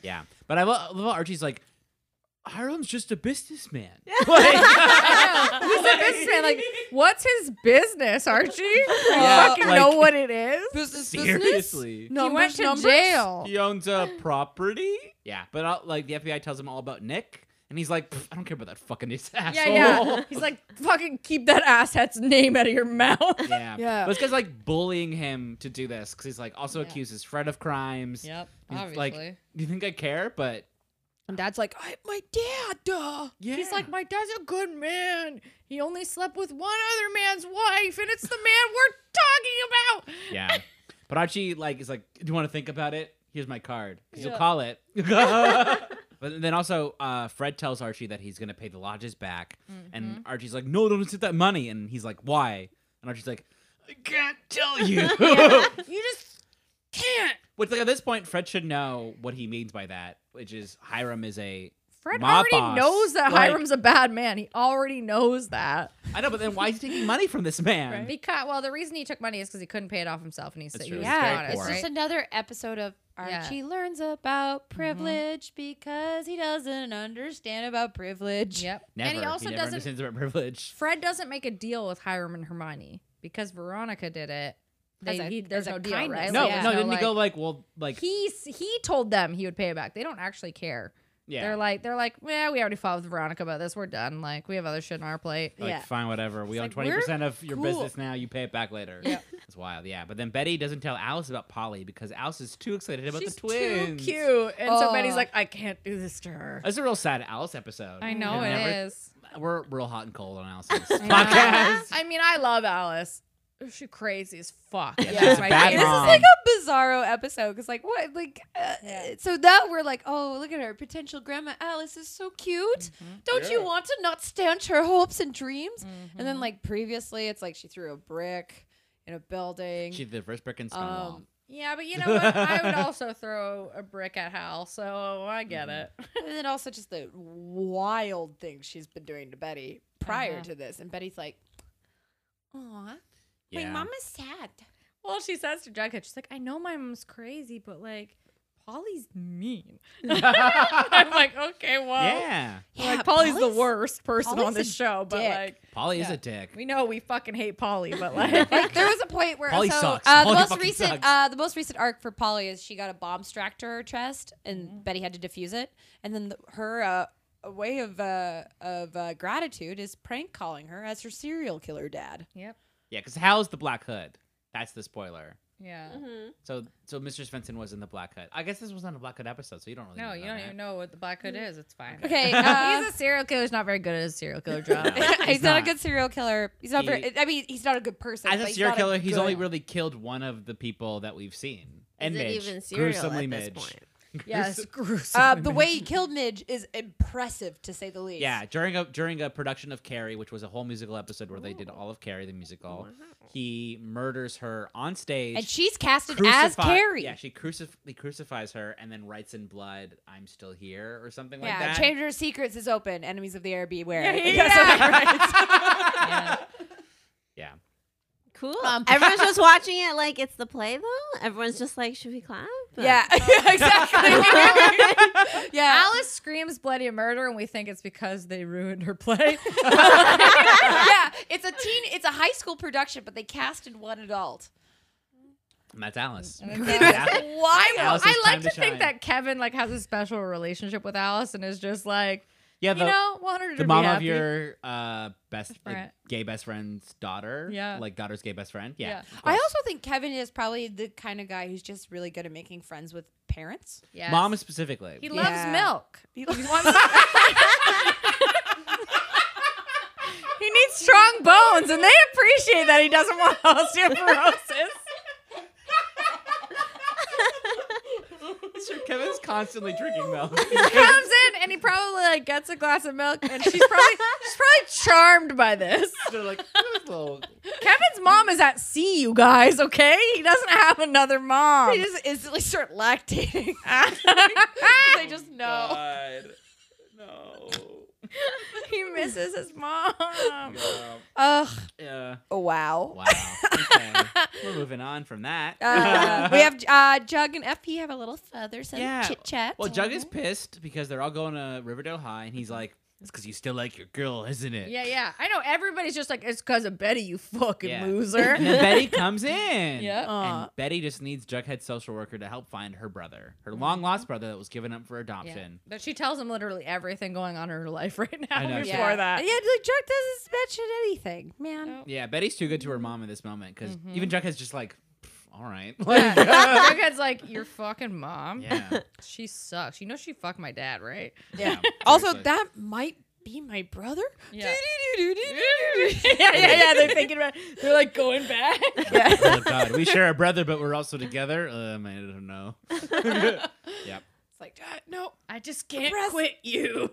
yeah. But I love, love how Archie's like, Hiram's just a businessman. Like-
He's a businessman. Like, what's his business, Archie? You
Yeah,
fucking
like-
know what it is.
Business,
Seriously.
Numbers,
he went to
numbers.
jail.
He owns a property. Yeah, but uh, like the FBI tells him all about Nick, and he's like, "Pff, I don't care about that fucking ass- asshole.
Yeah, yeah. He's like, fucking keep that asshat's name out of your mouth.
yeah.
Yeah.
But this guy's like bullying him to do this because he's like also
Yeah.
accused his friend of crimes. He's Like, do you think I care? But
And dad's like, I, my dad, duh.
yeah,
He's like, my dad's a good man. He only slept with one other man's wife, and it's the man we're talking about.
yeah. But Archie like is like, do you want to think about it? Here's my card. 'Cause
Yeah.
You'll call it. but then also, uh, Fred tells Archie that he's gonna pay the lodges back,
Mm-hmm.
and Archie's like, no, don't accept that money. And he's like, why? And Archie's like, I can't tell you.
You just can't.
Which, like, at this point, Fred should know what he means by that, which is Hiram is a.
Fred
mob
already
boss.
knows that
Like,
Hiram's a bad man. He already knows that.
I know, but then why is he taking money from this man?
Because well, the reason he took money is because he couldn't pay it off himself, and he's
That's
he
true.
was
Yeah,
honest,
it's just
right?
another episode of
Yeah.
Archie learns about privilege because he doesn't understand about privilege.
yep.
Never.
And he also
never
doesn't.
understands about privilege.
Fred doesn't make a deal with Hiram and Hermione because Veronica did it. They,
As a-
he, there's
as a
no deal,
kindness,
right?
No,
yeah.
there's
no, didn't
like,
he go like, well, like,
he s- he told them he would pay it back. They don't actually care.
yeah,
They're like they're like, yeah, we already fought with Veronica about this. We're done. Like we have other shit on our plate.
like,
yeah.
fine, whatever. We own
like,
twenty
we're
percent of your
cool.
business now. You pay it back later. Yeah, it's wild. Yeah, but then Betty doesn't tell Alice about Polly because Alice is too excited about
She's
the twins.
too cute, and so
Aw.
Betty's like, I can't do this to her.
That's a real sad Alice episode.
Oh. I know
We've never-
it is.
We're real hot and cold on Alice's podcast.
I mean, I love Alice. She crazy as fuck.
Yeah.
That's my
Bad
favorite.
This
mom.
is like a bizarro episode because, like, what, like, uh, so now we're like, oh, look at her potential grandma Alice is so cute.
Mm-hmm.
Don't you
Yeah.
want to not stanch her hopes and dreams? And
Mm-hmm.
then, like, previously, it's like she threw a brick in a building.
She's the first brick in Stonewall.
um,
Yeah, but you know what? I would also throw a brick at Hal, so I
Mm-hmm.
get it.
and then also just the wild things she's been doing to Betty prior
Uh-huh.
to this. And Betty's like, aw,
yeah.
my mama's sad.
Well, she says to Jughead, she's like, I know my mom's crazy, but like, Polly's mean. I'm like, okay, well,
yeah.
like Polly's, the worst person on
Polly's
this
a
show, but
dick.
like,
Polly is
Yeah.
a dick.
we know we fucking hate Polly, but like,
like there was a point where
Polly
so
sucks.
Uh, the
Polly
most
fucking
recent
sucks.
uh, the most recent arc for Polly is she got a bomb strapped to her chest and
Mm-hmm.
Betty had to defuse it and then the, her uh, a way of uh, of uh, gratitude is prank calling her as her serial killer dad.
yep.
Yeah, because Hal's the Black Hood. That's the spoiler.
Yeah.
Mhm.
So so Mr. Svensson was in the Black Hood. I guess this was not a Black Hood episode, so you don't really
No,
know
you
that.
don't even know what the Black Hood is. It's fine.
Okay, uh,
he's a serial killer. He's not very good at his serial killer job.
No.
he's,
He's
not,
not.
a good serial killer. He's not
He-
very. I mean, he's not a good person.
As
but
a
he's
serial
not
killer, he's
good-
only really killed one of the people that we've seen. And
Is it
Midge.
even serial
gruesomely
at this
Midge.
point?
yes, gruesome.
Uh, the way he killed Midge is impressive, to say the least.
Yeah, during a during a production of Carrie, which was a whole musical episode where they did all of Carrie the musical, he murders her on stage.
And she's casted as
crucifi-
Carrie.
Yeah, she crucif- he crucifies her and then writes in blood, "I'm still here" or something like
yeah.
that.
Chamber of Secrets is open. Enemies of the air beware.
Yeah,
I think
yeah.
that's what it-
Yeah.
Yeah.
Cool.
Um,
Everyone's just watching it like it's the play though. Everyone's just like, should we clap?
yeah, exactly. yeah.
Alice screams bloody murder, and we think it's because they ruined her play.
yeah, it's a teen, it's a high school production, but they casted one adult.
And that's Alice.
And that's
Yeah.
Why?
Alice's
I
time
like to,
to
think
shine.
that Kevin like has a special relationship with Alice, and is just like,
Yeah,
you
the,
know, want her to
the
be
mom of
happy.
your uh, best
Friend.
like, gay best friend's daughter.
Yeah.
like daughter's gay best friend. Yeah,
Yeah.
of
I
course.
also think Kevin is probably the kind of guy who's just really good at making friends with parents.
Yes.
mom specifically.
He loves
Yeah.
milk.
He loves-
He needs strong bones, and they appreciate that he doesn't want osteoporosis.
Sure, Kevin's constantly drinking milk.
Comes in and he probably like gets a glass of milk, and she's probably she's probably charmed by this.
They're like, "This little
Kevin's mom is at sea, you guys. Okay, he doesn't have another mom.
They just instantly start lactating. they just know.
God. No.
he misses his mom. Um,
Ugh.
Yeah.
Oh, wow.
Wow. Okay. We're moving on from that.
Uh, we have uh, Jug and FP have a little feathersome
Yeah.
chit chat.
Well, Jug is pissed because they're all going to Riverdale High, and he's like, "It's because you still like your girl, isn't it?"
Yeah, yeah. I know everybody's just like, it's because of Betty, you fucking
Yeah.
loser.
And then Betty comes in.
Yeah.
And Betty just needs Jughead's social worker to help find her brother, her long
Mm-hmm.
lost brother that was given up for
Yeah.
adoption.
But she tells him literally everything going on in her life right now
I know,
before
she-
that.
Yeah, like, Jug doesn't mention anything, man.
No.
Yeah. Betty's too good to
Mm-hmm.
her mom in this moment because even Jughead's just like, "Pff, "All right." uh,
Jughead's like, your fucking mom.
yeah.
She sucks. You know she fucked my dad, right?
Yeah.
Also,
seriously.
that might be my brother.
Yeah.
Do-do-do-do-do-do-do.
yeah, yeah, yeah. They're thinking about. They're like going back.
oh God, we share a brother, but we're also together. Um, I don't know. yep.
It's like, uh, no,
I just can't
Press-
quit you.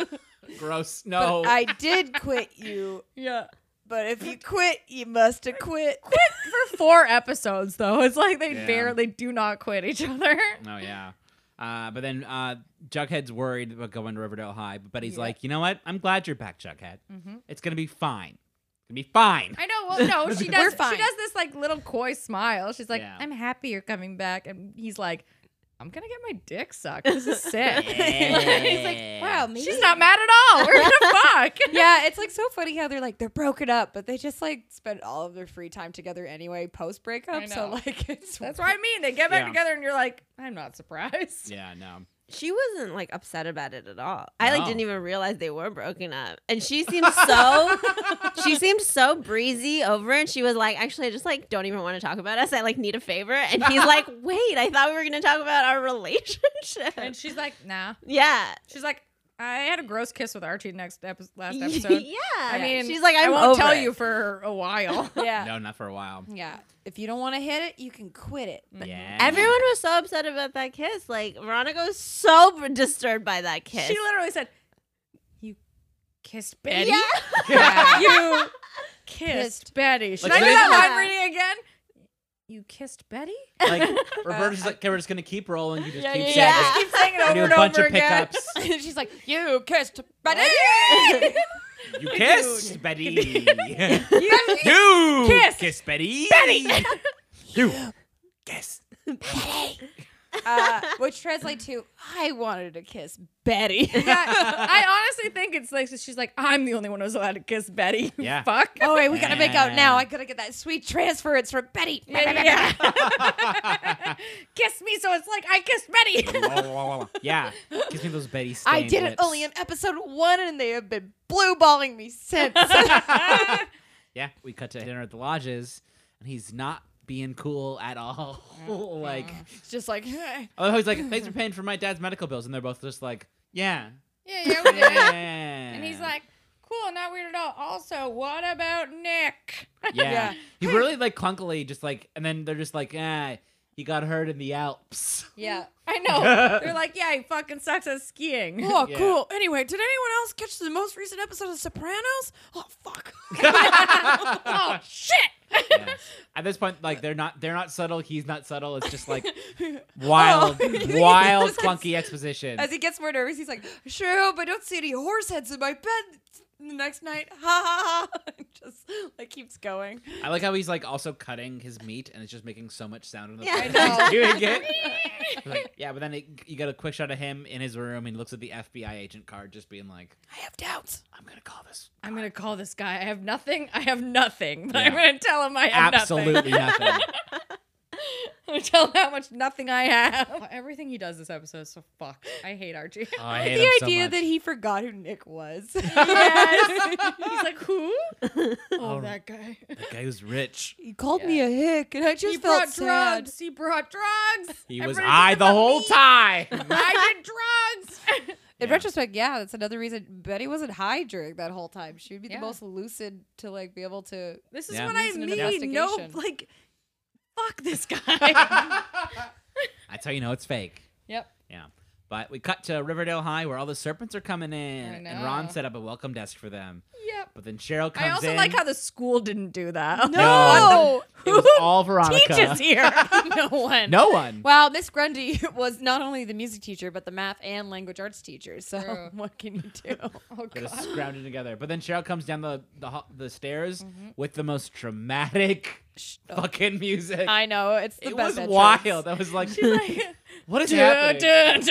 Gross. No.
I did quit you,
yeah.
but if you quit, you must have quit.
For four episodes though, it's like they
Yeah.
barely do not quit each other.
oh yeah. Uh, but then uh, Jughead's worried about going to Riverdale High, but he's like, you know what? I'm glad you're back, Jughead.
Mm-hmm.
It's gonna be fine. It's gonna be fine.
I know. Well, no, she
We're
does. She
fine.
does this like little coy smile. She's like,
Yeah.
"I'm happy you're coming back," and he's like, "I'm gonna get my dick sucked. This is sick."
He's like, wow, maybe.
She's not mad at all. We're gonna fuck.
yeah, it's like so funny how they're like they're broken up, but they just like spend all of their free time together anyway
I
post breakup. So
know.
like it's
That's what I mean. They get back
Yeah.
together, and you're like, "I'm not surprised."
Yeah. No.
She wasn't like upset about it at all. I like
No.
didn't even realize they were broken up. And she seemed so she seemed so breezy over it. She was like, actually I just like don't even want to talk about us. I like need a favor. And he's like, wait, I thought we were gonna talk about our
And
relationship.
she's like, "Nah."
Yeah.
She's like, "I had a gross kiss with Archie next episode, last
yeah.
episode." I mean,
she's like, I'm
I won't
over
tell
it."
you for a while.
yeah,
No, not for a while.
yeah. If you don't want to hit it, you can quit it. But
Yeah.
Everyone was so upset about that kiss. Like Veronica was so b- disturbed by that kiss.
She literally said, "You kissed Betty."
Yeah.
Yeah.
you kissed,
Kissed.
Betty. Should
Like,
I do
they-
that line reading again? You kissed Betty?
Like Roberta's like, okay, we're just gonna keep rolling. You just keep saying
yeah.
it.
Just keep saying it
We
over
do a
and
bunch
over
of
again.
pickups.
she's like, you kissed Betty.
You kissed Betty.
You-
you
Kiss.
kiss Betty. Betty. you kiss.
uh, which translates to I wanted to kiss Betty.
yeah, I honestly think it's like she's like, I'm the only one who's allowed to kiss Betty. you
Yeah.
Fuck.
oh wait, we gotta make out now.
Yeah.
I gotta get that sweet transference from Betty.
Yeah, yeah, yeah. kiss me, so it's like I kissed Betty.
yeah. Gives me those Betty
I
stained
did it
lips.
only in episode one, and they have been blue balling me since.
Yeah, we cut to dinner at the lodges, and he's not being cool at all. like,
It's just like, yeah,
oh, he's like, thanks for paying for my dad's medical bills, and they're both just like, yeah,
Yeah, yeah, we did.
yeah.
it. And he's like, cool, not weird at all. Also, what about Nick?
yeah.
Yeah.
He really like clunkily, just like, and then they're just like, ah, he got hurt in the Alps.
yeah.
I know. They're like, yeah, he fucking sucks at skiing.
Oh,
Yeah.
cool. Anyway, did anyone else catch the most recent episode of Sopranos? Oh, fuck.
oh, shit.
Yeah. At this point, like they're not they're not subtle. He's not subtle. It's just like wild,
Oh.
wild,
As-
clunky exposition.
As he gets more nervous, he's like, sure hope I don't see any horse heads in my bed the next night. Ha ha ha. And just like keeps going.
I like how he's like also cutting his meat and it's just making so much sound in the
Yeah, I
plate
know.
as he's doing it. Like, yeah, but then it, you get a quick shot of him in his room and he looks at the FBI agent card, just being like,
I have doubts.
"I'm gonna call this."
I'm going to call this guy. I have nothing. I have nothing. But I'm
Yeah.
going to tell him I have nothing.
Absolutely nothing.
I'm going to tell him how much nothing I have. Everything he does this episode is so fucked. I hate Archie.
Oh, I hate
the
him so
idea
much.
that he forgot who Nick was.
yes. He's like, who? Oh,
Oh.
that guy.
that guy was rich.
he called me a hick, and I just
he
felt
brought
sad.
drugs. He brought drugs.
He was
Everybody's
I the
about
whole
me.
time.
I did drugs.
In
Yeah.
retrospect, yeah, that's another reason Betty wasn't high during that whole time. She would be
Yeah.
the most lucid to like be able to.
This is
Yeah.
what I
Needs an
mean. No,
investigation.
like, fuck this guy.
That's how you know it's fake.
yep.
Yeah. But we cut to Riverdale High where all the serpents are coming in,
I
and Ron
know.
set up a welcome desk for them.
Yep.
But then Cheryl comes
I also
in.
like how the school didn't do that.
No. it was all Veronica.
teaches here. no one.
No one.
Well, Miss Grundy was not only the music teacher, but the math and language arts teacher. So
True.
what can you do?
Oh
They're just
god.
grounded together. But then Cheryl comes down the the, ho- the stairs
Mm-hmm.
with the most dramatic
Oh.
fucking music.
I know it's the
it was
best. entrance.
wild. I was like, what is happening?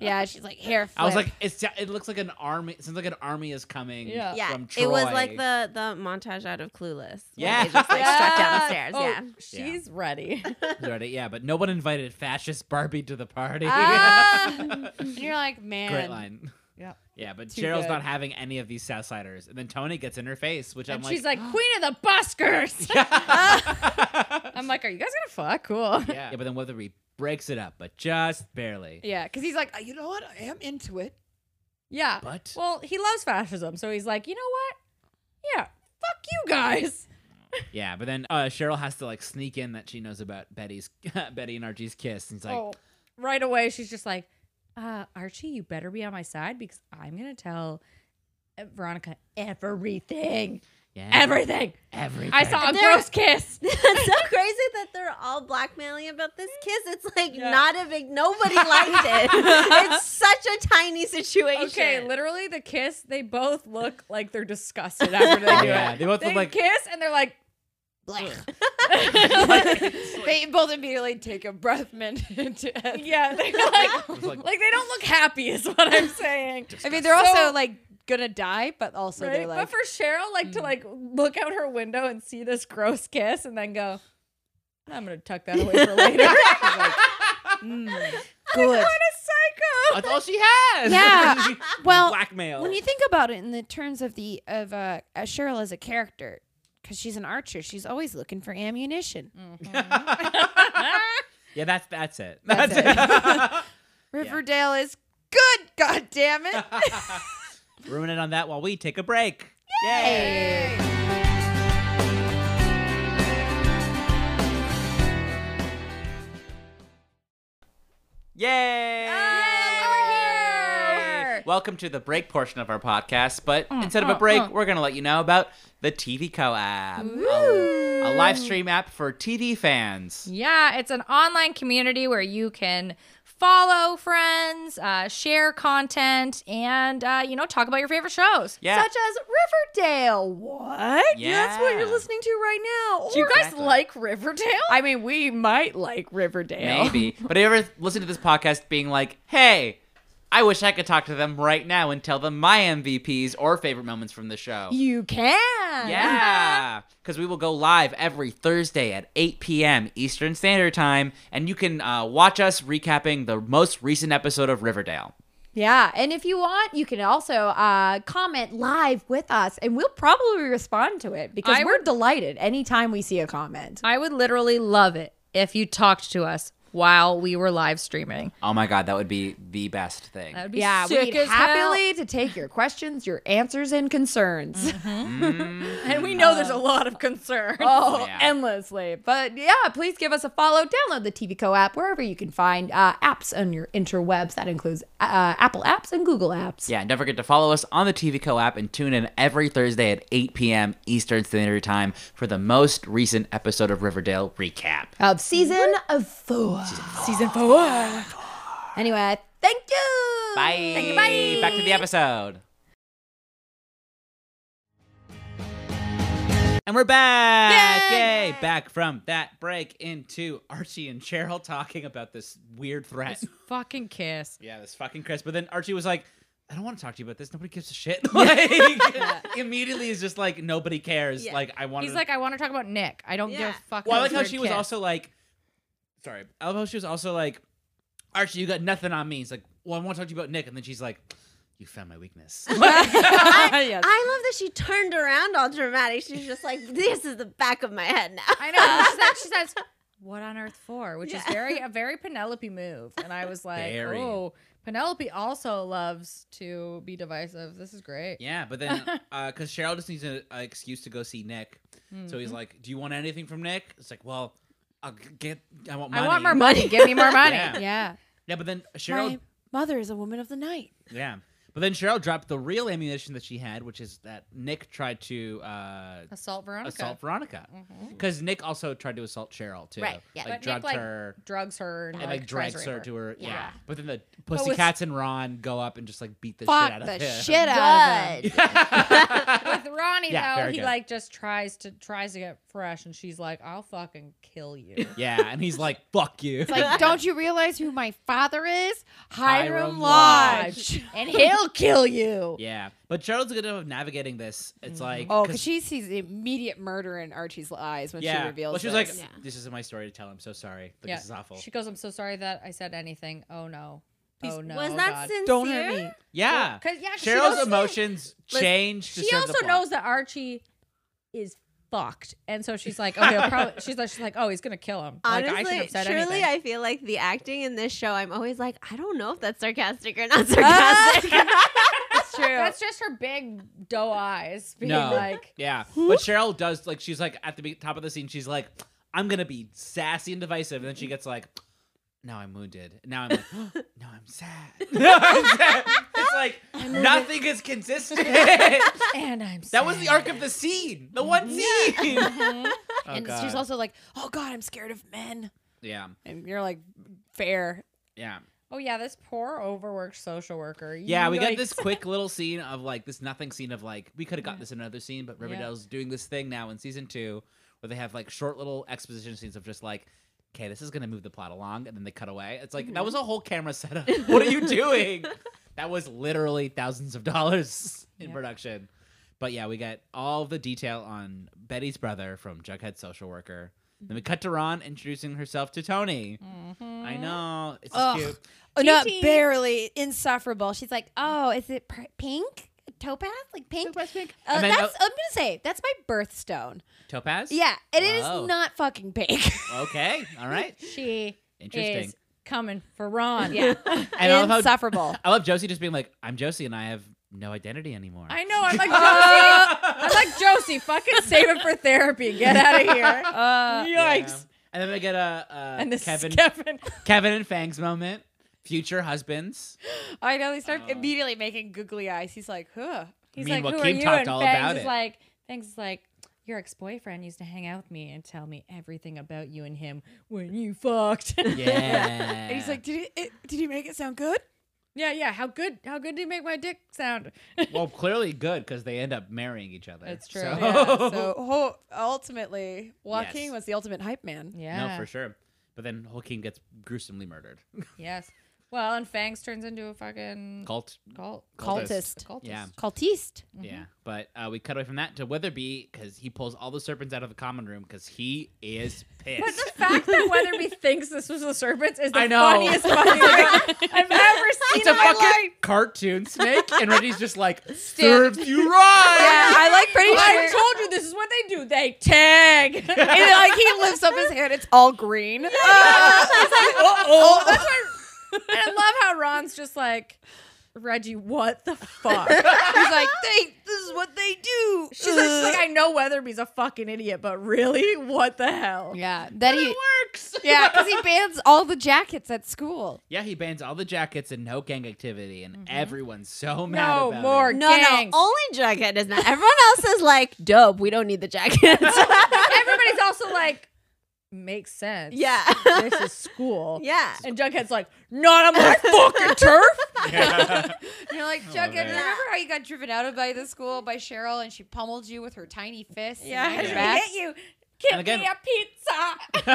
Yeah, she's like hair. Flip.
I was like, it's, it looks like an army. It sounds like an army is coming.
Yeah.
Yeah,
Uh, from
it was
Troy.
like the the montage out of Clueless. where
Yeah.
they just like struck down the
Yeah.
stairs.
Oh,
yeah,
she's ready.
Right, yeah, but no one invited fascist Barbie to the party.
ah, and you're like, man,
Great line.
Yeah.
Yeah, but
Too
Cheryl's
good.
not having any of these Southsiders. And then Tony gets in her face, which
and
I'm "Oh."
she's like, Queen of the Buskers. I'm like, are you guys gonna fuck? Cool.
yeah. but then Weatherby breaks it up, but just barely.
yeah, because he's like, you know what? I am into it.
Yeah.
But
Well, he loves fascism, so he's like, you know what? Yeah, fuck you guys.
yeah, but then uh, Cheryl has to like sneak in that she knows about Betty's Betty and Archie's kiss. And he's like,
oh, right away, she's just like, uh, Archie, you better be on my side because I'm gonna tell Veronica everything,
yeah,
everything.
everything.
I saw a
There-
gross kiss.
It's so crazy that they're all blackmailing about this kiss. It's like
Yeah.
not a big nobody liked it. it's such a tiny situation.
Okay, literally the kiss. They both look like they're disgusted after they do
Yeah,
it.
they both
They
look like
kiss and they're like,
They both immediately take a breath minute. to-
yeah, they're like,
It's like-
like, they don't look happy. Is what I'm saying.
I mean, they're
So-
also like gonna die, but also
Right?
they're like, "Hmm."
but for Cheryl, like to like look out her window and see this gross kiss, and then go, "I'm gonna tuck that away for later."
good.
psycho.
that's all she has.
Yeah.
She-
Well,
blackmail.
When you think about it in the terms of the of uh, uh, Cheryl as a character, because she's an archer, she's always looking for ammunition.
Mm.
yeah, that's that's it.
That's
it.
Riverdale is good. God damn it!
Ruin it on that while we take a break. Yay! Yay! Welcome to the break portion of our podcast, but
Mm,
instead of a break, we're going to let you know about the TV Co app, a, a live stream app for TV fans.
Yeah, it's an online community where you can follow friends, uh, share content, and uh, you know talk about your favorite shows.
Yeah.
such as Riverdale. What?
Yeah.
that's what you're listening to right now.
Do
Do
you
you
guys
guys
Exactly.
like Riverdale? I mean, we might like Riverdale.
Maybe. But have you ever listened to this podcast being like, hey, I wish I could talk to them right now and tell them my MVPs or favorite moments from the show?
You can.
Yeah. Because we will go live every Thursday at 8 p.m. Eastern Standard Time, and you can uh, watch us recapping the most recent episode of Riverdale.
Yeah, and if you want, you can also uh, comment live with us, and we'll probably respond to it because
I
we're delighted anytime we see a comment.
I would literally love it if you talked to us while we were live streaming.
Oh my god, that would be the best thing.
That would be
Yeah,
sick
we'd
as
happily to take your questions, your answers, and
Mm-hmm.
concerns.
hell. And we know there's a
Uh-huh.
lot of concern.
Oh,
Yeah.
endlessly. But yeah, please give us a follow. Download the TVCo app wherever you can find uh, apps on your interwebs. That includes uh, Apple apps and Google apps.
Yeah, don't forget to follow us on the TV Co app and tune in every Thursday at 8 p.m. Eastern Standard Time for the most recent episode of Riverdale recap.
Of season of four.
Season four.
Anyway, thank you.
Bye.
Thank you, bye.
Back to the episode. And we're back. Yay! Back from that break into Archie and Cheryl talking about this weird threat.
Fucking kiss.
yeah, this fucking Chris. But then Archie was like, I don't want to talk to you about this. Nobody gives a shit. Like, immediately is just like, nobody cares.
Yeah.
Like, I want
He's
to
like, I want to talk about Nick. I don't give
Yeah.
a fuck.
well, I
about
like
this
how
weird
she was
kiss."
also like, sorry, I love how she was also like, Archie, you got nothing on me. He's like, well, I want to talk to you about Nick, and then she's like, you found my weakness.
Yes.
I love that she turned around all dramatic. She's just like, this is the back of my head now.
I know. She, said, she says, "What on earth for?" Which is very a very Penelope move, and I was like,
Very.
"Oh, Penelope also loves to be divisive. This is great."
yeah, but then because Cheryl just needs an excuse to go see Nick, so he's like, do you want anything from Nick? It's like, well, I'll g- get. I want money.
I want more money. Give me more money.
Yeah.
Yeah.
Yeah, but then Cheryl.
mother is a woman of the night.
Yeah. But then Cheryl dropped the real ammunition that she had, which is that Nick tried to uh,
Assault Veronica.
assault Veronica, because Nick also tried to assault Cheryl too.
Right, yeah.
Like
But Nick,
drugged
like,
her.
Drugs her and,
and
like,
like drags
tries
her
rape
to her. Yeah.
Yeah.
But then the
with-
Pussycats and Ron go up and just like beat the shit
Fuck
out
the
of him.
shit out of him.
Good.
With Ronnie
Yeah,
though,
very
he
good.
like just tries to tries to get fresh, and she's like, "I'll fucking kill you."
yeah, and he's like, "Fuck you."
It's like, don't you realize who my father is? Hiram,
Hiram
Lodge.
and he'll kill you.
yeah, but Cheryl's good at navigating this. It's
Mm-hmm.
like,
Oh, because she sees the immediate murder in Archie's eyes when
yeah,
she reveals.
well, she was
this.
like,
this. Yeah.
"This isn't my story to tell. I'm so sorry. Like,
Yeah.
This is awful."
She goes, "I'm so sorry that I said anything. Oh no. oh no.
Was
oh,
that
God.
sincere?
Don't hurt me.
yeah,
Because yeah, she
Cheryl's
also-
emotions
Listen,
change. To
She
serve the
also
plot.
knows that Archie is fucked, and so she's like, okay, probably, she's like, she's like, oh, he's gonna kill him. Like, I should
Honestly,
have said
surely
anything.
I feel like the acting in this show, I'm always like, I don't know if that's sarcastic or not sarcastic.
That's true.
That's just her big doe eyes being
No.
like,
Yeah, but Cheryl does like she's like at the be- top of the scene. She's like, "I'm gonna be sassy and divisive," and then she gets like, "Now I'm wounded. Now I'm like, no, I'm sad. No, I'm sad." It's like nothing is consistent. that
and I'm.
was the
sad."
arc of the scene, the one scene. Oh,
and
God.
she's also like, oh God, I'm scared of men.
yeah,
And you're like, fair.
yeah,
Oh yeah, this poor overworked social worker.
yeah. We got
Yikes.
this quick little scene of like this nothing scene of like we could have got this in another scene, but Riverdale's doing this thing now in season two where they have like short little exposition scenes of just like. Okay, this is gonna move the plot along, and then they cut away. It's like that was a
Mm-hmm.
whole camera setup. what are you doing? that was literally thousands of dollars in production. But yeah, we got all the detail on Betty's brother from Jughead social worker.
Mm-hmm.
Then we cut to Ron introducing herself to Tony. I know it's just
Ugh.
cute.
Oh, not
Teensy.
barely insufferable. She's like, oh, is it pr- pink? Topaz? Like pink? Topaz pink. Uh,
And then,
that's,
oh-
I'm going to say, that's my birthstone.
Topaz.
Yeah. And it
Wow.
is not fucking pink.
Okay. All right.
She
Interesting.
is coming for Ron. Yeah,
And I love, how,
insufferable.
I love Josie just being like, "I'm Josie, and I have no identity anymore."
I know. I'm like Josie. I'm like Josie. Fucking save it for therapy. Get out of here.
Uh,
Yeah.
Yikes.
And then we get a, a
And this
Kevin,
Kevin. Kevin.
Kevin and Fangs moment. Future husbands.
I know. They start
Uh.
immediately making googly eyes. He's like, huh.
He's
Me and
like, who are
Joaquin
you?
talked
And
all
Fangs
about
is
it.
like, Fangs is like, your ex-boyfriend used to hang out with me and tell me everything about you and him when you fucked.
Yeah.
And he's like, did he, it, did he make it sound good?
yeah, yeah. How good? How good do you make my dick sound?
well, clearly good because they end up marrying each other.
That's true.
So-
Yeah, so ho- ultimately, Joaquin
Yes.
was the ultimate hype man.
Yeah.
No, for sure. But then Joaquin gets gruesomely murdered.
Yes. Well, and Fangs turns into a fucking
Cult.
cult.
Cultist.
Cultist.
Yeah.
Cultiste.
Mm-hmm.
Yeah. But uh, we cut away from that to Weatherby because he pulls all the serpents out of the common room because he is pissed.
But the fact that Weatherby thinks this was the serpents is the
I know.
funniest fucking thing I've ever seen
it's a
in my
fucking
life.
cartoon snake, and Reggie's just like serves you right.
I like pretty
I
sure.
told you this is what they do. They tag.
And like he lifts up his hand, it's all green.
oh,
And I love how Ron's just like, Reggie, what the fuck?
He's like, they, this is what they do.
She's like, she's like, I know Weatherby's a fucking idiot, but really? What the hell?
yeah, that he
works.
yeah, because he bans all the jackets at school.
Yeah, he bans all the jackets and no gang activity, and everyone's so mad.
Mm-hmm. No
about
more
It.
No,
gangs.
no, only jacket is not. Everyone else is like, dope. We don't need the jackets.
Everybody's also like, makes sense.
yeah,
This is school.
yeah.
And Jughead's like, not on my fucking turf.
And you're like, Jughead,
Oh, man.
remember how you got driven out of by the school by Cheryl and she pummeled you with her tiny fist?
Yeah,
and
she
your back?
hit you. Give
And again-
me a pizza.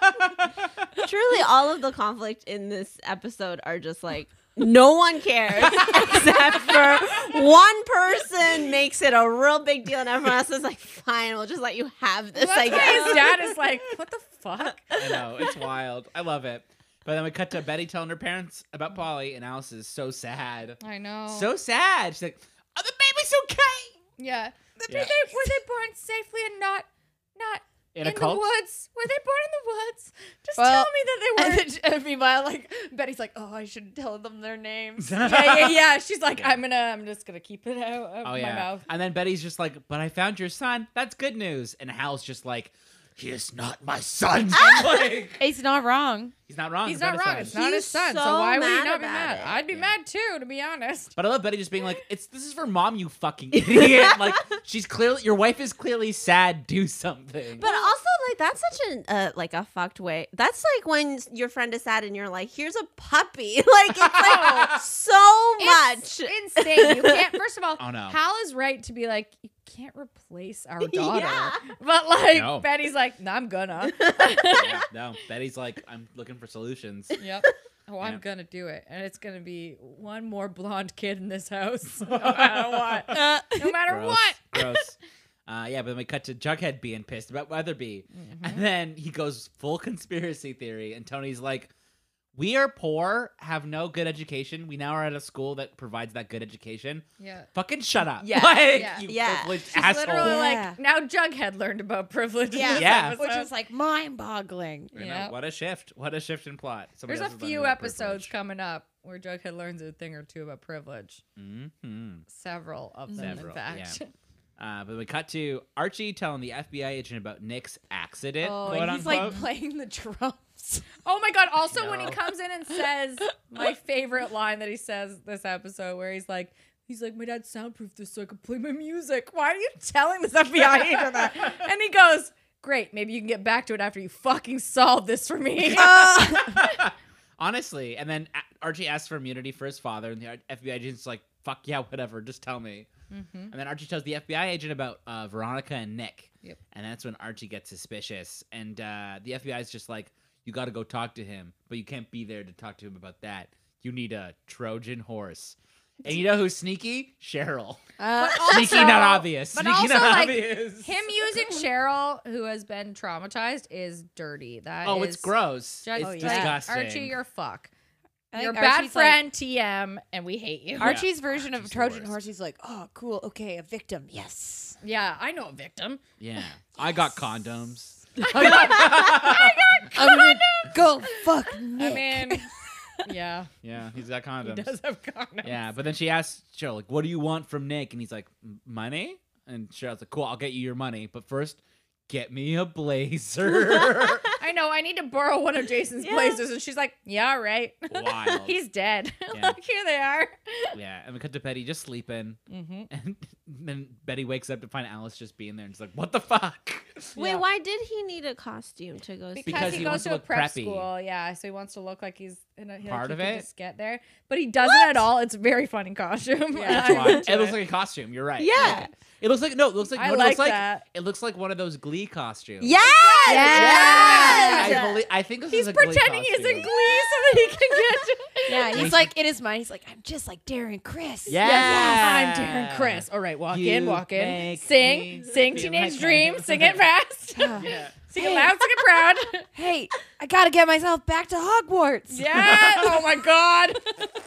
Truly, all of the conflict in this episode are just like no one cares except for one person makes it a real big deal, and everyone else is like, "Fine, we'll just let you have this." I
That's why his
guess.
dad is like, what the fuck?
I know it's wild. I love it. But then we cut to Betty telling her parents about Polly, and Alice is so sad.
I
Oh.
know.
So sad. She's like, "Oh, the baby's okay."
yeah.
Yeah.
They, were they born safely and not not
In a cult.
woods? Were they born in the woods? Just
Well,
me
And, then, and meanwhile, like Betty's like, "Oh, I should tell them their names."
yeah, yeah, yeah. She's like, I'm gonna, I'm just gonna keep it out of
Oh
my
yeah.
mouth.
And then Betty's just like, "But I found your son. That's good news." And Hal's just like, "He is not my son." I'm like,
He's not wrong.
he's not wrong.
Ah! He's
it's
not
his
wrong.
son."
It's not
He's
his son, so
so
why would he
mad
not be
about
mad?
it.
I'd be mad too, to be honest.
But I love Betty just being like, "It's this is for mom, you fucking idiot!" like she's clearly your wife is clearly sad. Do something.
But also, like that's such an uh, like a fucked way. That's like when s- your friend is sad and you're like, "Here's a puppy." Like it's like so
It's
much.
insane. You can't. First of all,
Oh, no.
Hal is right to be like, you can't replace our daughter.
Yeah.
But like,
No.
Betty's like, "No, I'm gonna.
Yeah, no, Betty's like, "I'm looking for solutions."
yep. Oh, I'm
Yeah.
gonna do it, and it's gonna be one more blonde kid in this house, no matter what.
Uh.
no matter
Gross.
what.
Gross. Uh, yeah, but then we cut to Jughead being pissed about Weatherby.
Mm-hmm.
And then he goes full conspiracy theory, and Tony's like, We are poor, have no good education. We now are at a school that provides that good education.
Yeah.
Fucking shut up.
Yeah,
Like,
yeah,
you
yeah.
privileged
She's
asshole.
literally
Yeah.
like, now Jughead learned about privilege. in
Yeah.
this
Yeah.
episode.
Which is like mind-boggling.
You know,
Yeah.
What a shift. What a shift in plot. Somebody
There's a few episodes coming up where Jughead learns a thing or two about privilege.
Mm-hmm.
Several of them,
Several,
in fact.
yeah. Uh, but we cut to Archie telling the FBI agent about Nick's accident.
Oh,
quote
and he's
unquote.
like playing the drums.
Oh my god! Also, when he
No.
comes in and says my favorite line that he says this episode, where he's like, he's like, my dad soundproofed this so I could play my music. Why are you telling this FBI agent that? And he goes, great, maybe you can get back to it after you fucking solve this for me.
Honestly, and then A- Archie asks for immunity for his father, and the Ar- FBI agent's like, "Fuck yeah, whatever, just tell me."
Mm-hmm.
And then Archie tells the FBI agent about uh, Veronica and Nick,
Yep.
and that's when Archie gets suspicious, and uh, the FBI is just like, "You got to go talk to him, but you can't be there to talk to him about that. You need a Trojan horse." And you know who's sneaky? Cheryl.
But
sneaky, not obvious.
but
sneaky,
also,
not
like,
obvious.
Him using Cheryl, who has been traumatized, is dirty. That
oh, it's
is
gross.
just
it's
like,
disgusting.
Archie, you're fuck.
I think
You're a bad
Archie's like-
friend, TM, and we hate you.
Archie's version
Archie's
of
the
Trojan
worst.
horse, he's like, oh, cool, okay, a victim, yes.
yeah, I know a victim.
yeah, I got condoms.
I'm gonna go fuck Nick.
I mean, yeah,
Yeah, he's got
he
condoms.
does have condoms.
Yeah, but then she asks Cheryl, like, what do you want from Nick? And he's like, "M- money? And Cheryl's like, cool, I'll get you your money. But first, get me a blazer.
I know. I need to borrow one of Jason's
Yeah.
blazers, and she's like, "Yeah, all right."
Wild.
He's dead.
Yeah.
Look, here they are.
yeah, and we cut to Betty just sleeping.
Mm-hmm.
And then Betty wakes up to find Alice just being there and she's like, what the fuck?
Wait,
Yeah.
why did he need a costume to go? see
Because
Because
he,
he
goes
wants
to,
to
a
look
prep
preppy.
school, yeah. So he wants to look like he's in a, like
Part
he
of
can
it?
Just get there, but he doesn't at all. It's a very funny costume.
Yeah.
That's
I'm
why.
into
It looks like a costume. You're right.
Yeah.
It looks like, no, it looks like,
I
what it
like
looks like.
that.
It looks like one of those Glee costumes.
Yes.
Yes!
I, believe, I think this
He's
is a Glee
pretending he's in
costume.
Glee so that he can get.
yeah, he's like, in his mind, he's like, I'm just like Darren Chris.
Yeah.
Yes, I'm Darren Chris. All right, walk
You
in, walk in.
make me
Sing, sing
feel like
Teenage
I-
Dream, sing it fast.
Yeah.
Sing it loud, sing it proud.
Hey, I gotta get myself back to Hogwarts.
yeah. Oh my God.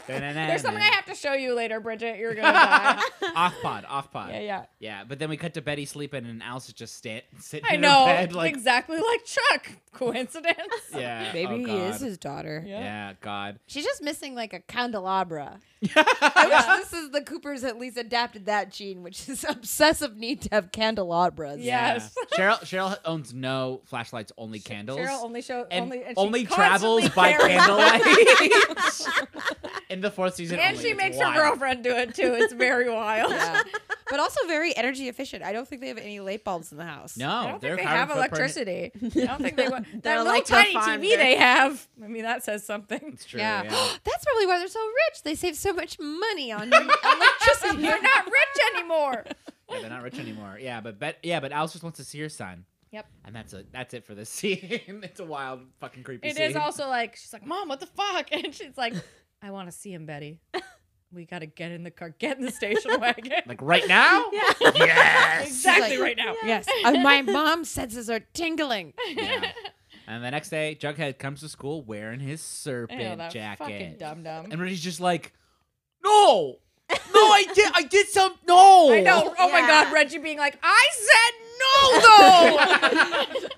There's
There's
something I have to show you later, Bridget. You're gonna die.
Off pod, off pod.
yeah, yeah.
Yeah, but then we cut to Betty sleeping and Alice is just sta- sitting
I
in
know.
her bed like
exactly like Chuck. Coincidence.
yeah.
Maybe
oh,
he is
God.
his daughter.
Yeah.
Yeah, God.
She's just missing like a candelabra.
I wish this is the Coopers at least adapted that gene, which is obsessive need to have candelabras.
Yeah. Yes.
Yeah. Cheryl Cheryl owns no flashlights, only candles.
Cheryl only show
and
only and she
only travels
constantly
by
carries-
candlelight. In the fourth season,
And
only.
she
It's
makes
wild.
her girlfriend do it too. It's very wild.
Yeah. but also very energy efficient. I don't think they have any light bulbs in the house.
No,
I don't
their
think they
carbon
have
footprint-
electricity. I don't think they want
They're
that little
like
tiny
the farm
TV
there.
they have. I mean, that says something.
It's true.
Yeah.
Yeah.
That's probably why they're so rich. They save so much money on electricity.
You're not rich anymore.
Yeah, they're not rich anymore. Yeah, but bet yeah, but Alice just wants to see her son.
Yep.
And that's a that's it for this scene. it's a wild, fucking creepy
It
scene.
is also like she's like, "Mom, what the fuck?" And she's like, "I want to see him, Betty. We gotta get in the car, get in the station wagon,
like right now.
Yeah.
Yes.
exactly
She's like,
right now."
Yes, uh, my mom's senses are tingling.
Yeah. And the next day, Jughead comes to school wearing his
Ew,
serpent
that fucking
jacket,
dum dum.
and Rudy's just like, "No, no, I did, I did some, no."
I know. Oh my
Yeah.
god, Reggie being like, "I said no, though."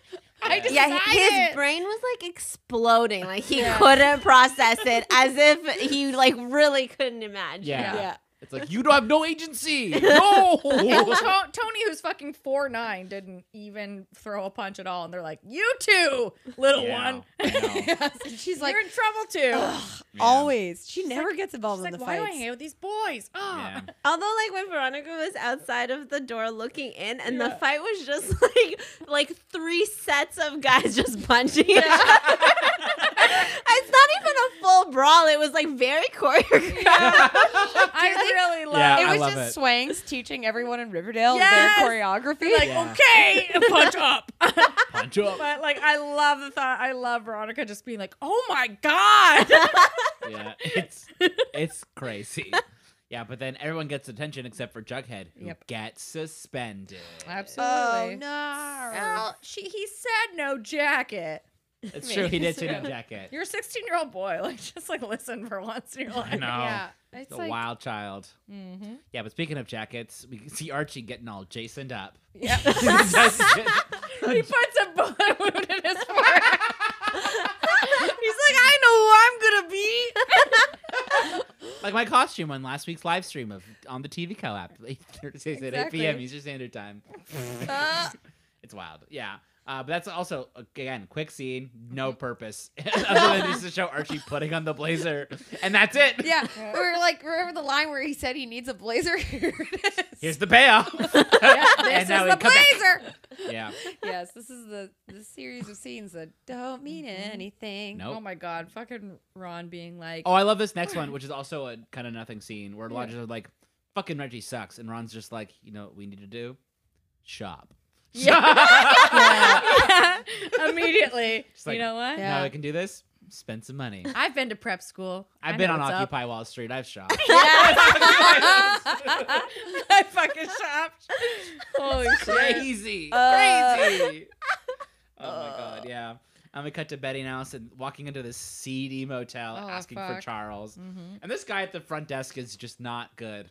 I decided.
Yeah, hi- his brain was like exploding. Like he couldn't process it as if he like really couldn't imagine.
Yeah.
Yeah.
It's like you don't have no agency. No.
To- Tony, who's fucking four nine, didn't even throw a punch at all, and they're like, "You too, little
Yeah,
one.
I know.
Yes, and she's like,
You're in trouble too."
Yeah.
always. She never
like-
gets involved
She's
in
like,
the
"Why do I
fights.
hang out with these boys?" Oh.
Yeah.
Although, like when Veronica was outside of the door looking in, and the
Yeah.
fight was just like like three sets of guys just punching each other. it's not even a full brawl. It was like very choreographed.
I really love.
Yeah,
it
I
was
love
just
it.
Swangs teaching everyone in Riverdale
Yes!
their choreography.
Like "Oh,
Yeah.
okay, punch up.
Punch up.
But like, I love the thought. I love Veronica just being like, "Oh my god!"
Yeah, it's it's crazy. Yeah, but then everyone gets detention except for Jughead, who
Yep.
gets suspended.
oh
Absolutely.
no!
Well, she he said no jacket.
It's true, he did sit in a jacket.
You're a 16 year old boy. Like, just like listen for once in your life.
I know.
Yeah, it's
The
like
wild child.
Mm-hmm.
Yeah, but speaking of jackets, we can see Archie getting all Jasoned up.
Yep. he
He's
puts a bullet wound in his forehead.
like, I know who I'm gonna be. like my costume on last week's live stream of on the TV co-op. Thursdays at 8 p.m.
Exactly.
Eastern Standard Time.
Uh,
it's wild. Yeah. Uh, but that's also again quick scene, no
Mm-hmm.
purpose other than just to show Archie putting on the blazer, and that's it.
yeah. We We're like remember the line where he said he needs a blazer. Here it is.
Here's the payoff.
This
And now
is
we
the
come back.
blazer.
yeah.
yes, this is the the series of scenes that don't mean anything.
Nope.
Oh my god, fucking Ron being like,
Oh, I love this next one, which is also a kind of nothing scene where Lodge's are like, fucking Reggie sucks. And Ron's just like, you know what we need to do? Shop.
immediately.
She's like,
you know what?
Yeah.
Now we can do this? Spend some money.
I've been to prep school. I
I've been
know
on
what's up.
Occupy Wall Street. I've shopped.
I fucking shopped. Holy shit.
Crazy.
Uh,
Crazy. Oh my God.
Uh.
Yeah. And we cut to Betty and Allison walking into this seedy motel
Oh,
asking for
fuck. Mm-hmm.
Charles. And this guy at the front desk is just not good.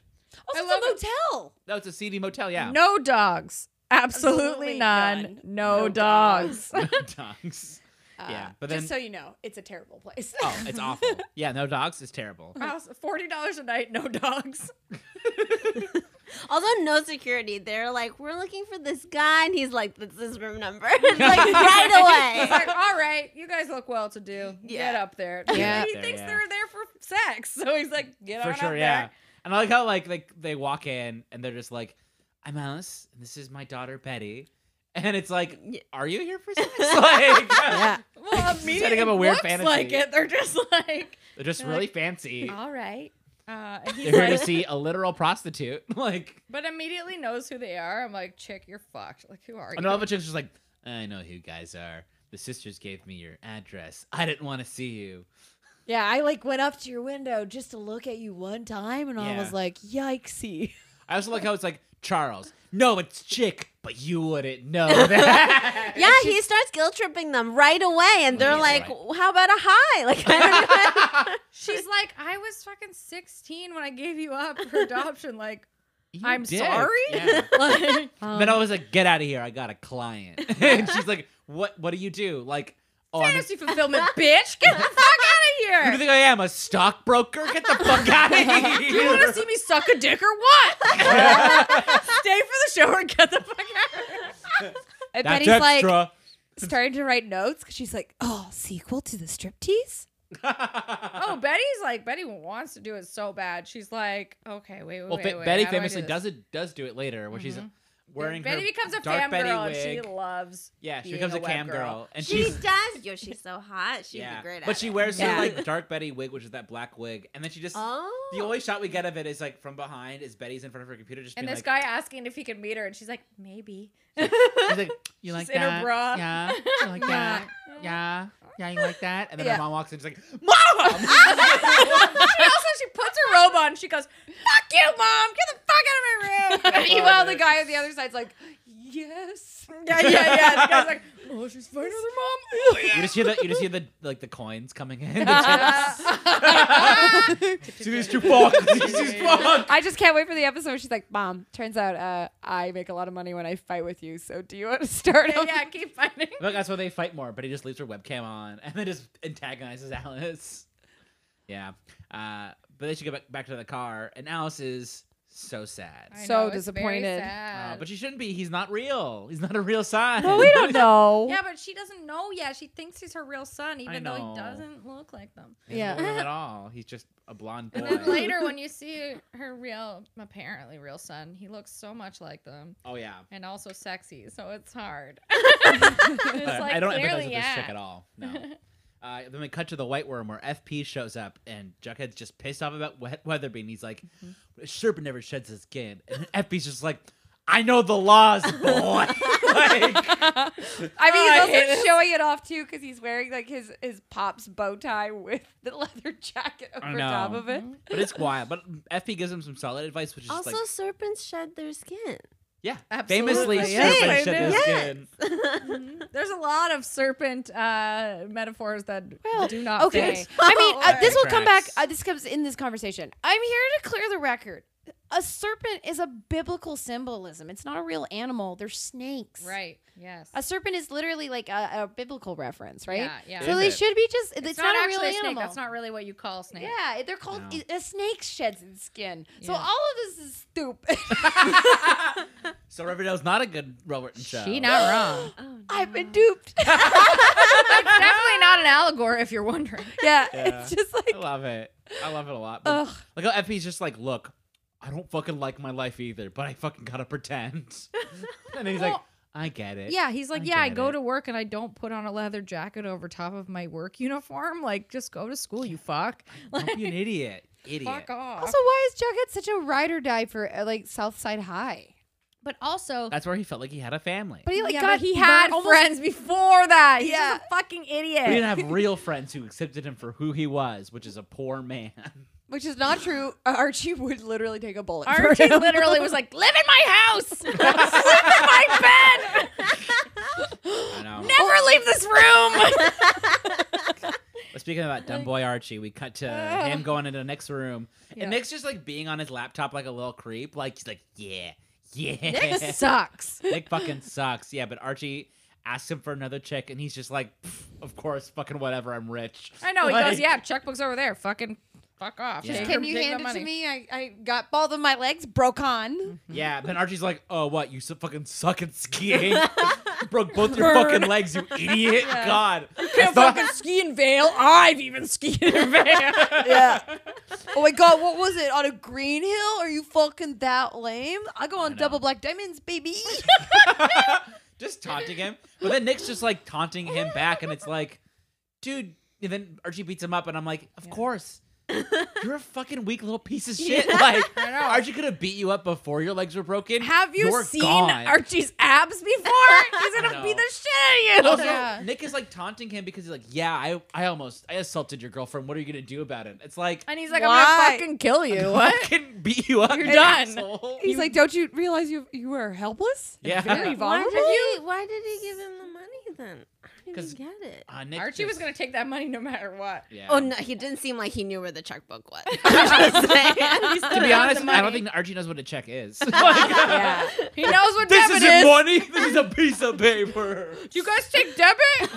I
Also, it's
love it.
a motel.
No, it's a seedy motel. Yeah.
No dogs. Absolutely,
Absolutely
none.
none.
No,
No
dogs.
No dogs.
Uh,
Yeah, but then-
just so you know, it's a terrible place.
Oh, it's awful. Yeah, no dogs is terrible.
House- Forty dollars a night, no dogs.
Although no security, they're like, "We're looking for this guy," and he's like, "That's his room number." It's like right
It's
away.
like, all right, you guys look well to do.
Yeah.
Get up there.
Yeah.
he
There,
thinks
yeah.
they're there for sex, so he's like, get
for
on up
sure,
there.
yeah. And I like how like like they walk in and they're just like, "I'm Alice, and this is my daughter Betty," and it's like, "Are you here for sex?" like,
Well,
Setting
immediately
up a weird
looks
fantasy.
like it. They're just like,
they're just
They're
really
like,
fancy.
all right. Uh, and he's
They're here to
like,
see a literal prostitute. like,
but immediately knows who they are. I'm like, chick, you're fucked. Like, who are you?
another chick's just like, "I know who you guys are. The sisters gave me your address. I didn't want to see you."
Yeah, I like went up to your window just to look at you one time, and I
Yeah.
was like, "Yikesy!"
I also like how it's like Charles. No, it's Chick, but you wouldn't know that.
Yeah, he starts guilt tripping them right away, and they're
Yeah,
like,
right.
"How about a high?" Like, I don't know.
She's like, I was fucking 16 when I gave you up for adoption. Like,
You
I'm
did.
sorry?
Yeah.
like
then I was like, "Get out of here! I got a client." and she's like, "What? What do you do?" Like, "Oh, I'm a-
fantasy fulfillment, bitch. Get the fuck out
who do
of
you
here.
think I am? A stockbroker? Get the fuck out of here!"
Do you want to see me suck a dick or what? Stay for the show and get the fuck out.
I
That's
bet he's like
extra.
starting to write notes because she's like, oh, sequel to the striptease?
Oh, Betty's like, Betty wants to do it so bad. She's like, okay, wait, wait,
well,
wait.
Be-
wait,
Betty
how do I do
famously
this? Mm-hmm.
does it. Does do it later, where she's wearing
Betty
her
becomes a
dark
fam
Betty
girl
wig.
and she loves.
yeah, she
being
becomes a,
web
cam girl, and
she
she's
does. Yo, she's so hot. She'd
yeah,
be great at
but she
it.
wears
Yeah.
her like dark Betty wig, which is that black wig, and then she just.
Oh,
The only shot we get of it is like from behind is Betty's in front of her computer just
And
being
this
like,
guy asking if he can meet her, and she's like, maybe.
she's like, you like
She's in her
that?
bra.
Yeah, you like that? Yeah, yeah, you like that? And then
Yeah.
her mom walks in, she's like, Mom!
she also she puts her robe on. She goes, "Fuck you, mom! Get the fuck out of my room!"
Meanwhile, the guy on the other side's like, yes.
yeah, yeah, yeah. The guy's like, "Oh, she's fighting with her mom." Oh,
you
yeah.
just hear the you just hear the like the coins coming in. See these two fuck. These two fuck.
I just can't wait for the episode where she's like, Mom, turns out uh, I make a lot of money when I fight with you, so do you want to start?
yeah,
on-
yeah, keep fighting.
Look, that's why they fight more. But he just leaves her webcam on and then just antagonizes Alice. Yeah, uh, but they should go back back to the car, and Alice is so sad.
I So know, it's very disappointed.
Uh, but she shouldn't be. He's not real. He's not a real sign.
Well, we don't know.
yeah, but she doesn't know yet. She thinks he's her real son, even though
know.
he doesn't look like them.
He's not
Yeah.
real at all. He's just a blonde boy.
And then later, when you see her real, apparently real son, he looks so much like them
oh yeah.
and also sexy, so it's hard. it's
Uh,
like
I don't empathize with
clearly,
this
yeah.
chick at all. No. Uh, then we cut to the White Worm where FP shows up and Jughead's just pissed off about we- Weatherby and he's like,
Mm-hmm.
"A "Serpent never sheds his skin." And FP's just like, "I know the laws, boy." like,
I mean, he's
I
also
hate this.
showing it off too because he's wearing like his his pop's bow tie with the leather jacket
I
over top
know.
of
Mm-hmm.
it.
but it's wild. But FP gives him some solid advice, which is just
also
like,
serpents shed their skin.
yeah,
Absolutely,
famously,
yes.
serpent shed his
Yes.
skin.
Oh,
Mm-hmm. There's a lot of serpent uh, metaphors that do not
Okay,
stay.
I mean, uh, this will
Tracks.
come back. Uh, this comes in this conversation. I'm here to clear the record. A serpent is a biblical symbolism. It's not a real animal. They're snakes.
Right. Yes.
A serpent is literally like a, a biblical reference, right?
Yeah, yeah.
So
Is
they
it?
should be just. It's, not, a real
actually a
animal.
Snake. That's not really what you call a snake.
Yeah, they're called
No.
a snake sheds its skin. So
Yeah.
all of this is stupid.
So Riverdale's not a good Robertson show.
She not wrong.
I've been duped.
It's definitely not an allegory if you're wondering.
yeah,
Yeah.
it's just
I
Oh,
like
love it. I love it a lot. But
ugh.
like how FP's just like, look, I don't fucking like my life either, but I fucking gotta pretend. and he's like,
Well-
I get it.
Yeah, he's like,
I
yeah, I
get
go
it.
to work and I don't put on a leather jacket over top of my work uniform. Like, just go to school, you fuck. Like,
Don't be an idiot. Idiot.
fuck off.
Also, why is Jughead such a ride or die for uh, like Southside High?
but also,
That's where he felt like he had a family.
But he like
yeah, but
got
he had
almost-
friends before that. He's
Yeah.
just a fucking
we
idiot.
didn't have real friends who accepted him for who he was, which is a poor man.
which is not true. Uh, Archie would literally take a bullet. for
Archie
him.
literally was like, live in my house, sleep in my bed,
I know.
never leave this room.
But Speaking about dumb boy Archie, we cut to him going into the next room,
Yeah.
and Nick's just like being on his laptop like a little creep. Like he's like, yeah, yeah.
Nick sucks.
Nick fucking sucks. Yeah, but Archie asks him for another check, and he's just like, "Pff, "Of course, fucking whatever. I'm rich."
I know. He
Like-
goes, yeah, checkbook's over there. Fucking fuck off.
Yeah.
Take
Can
her-
you
take the
hand it
money." Mm-hmm.
to me? I, I got both of my legs broke on.
Yeah, but then Archie's like, "Oh, what? You su- fucking suck at skiing. you broke both your fucking legs, you idiot. God,
Can't fucking ski in Vale. I've even skied in Vale.
yeah. Oh my god, what was it? On a green hill? Are you fucking that lame? I go on
know.
double black diamonds, baby.
just taunting him." But then Nick's just like taunting him back, and it's like, "Dude." And then Archie beats him up, and I'm like, "Of course." You're a fucking weak little piece of shit. Like, Archie could have beat you up before your legs were broken.
Have you
You're
seen
gone.
Archie's abs before? He's
I know.
gonna beat the shit out of
Also,
you.
Yeah.
Nick is like taunting him because he's like, "Yeah, I, I almost, I assaulted your girlfriend. What are you gonna do about it?" It's like,
And he's like,
Why?
I'm gonna fucking kill you. What?
I can beat you up.
You're
you
done.
asshole.
He's
You-
like, don't you realize you you are helpless? and
Yeah.
very
Why
vulnerable.
did, he, why did he give him the money then? I don't
'Cause-
even get it.
Uh, Nick
Archie was
just-
gonna take that money no matter what.
Yeah.
Oh no, he didn't seem like he knew where the checkbook was. I'm just saying.
To be honest, I don't think Archie knows what a check is. Like,
Yeah. He knows what
this
debit
isn't
is.
money. This is a piece of paper.
Do you guys take debit?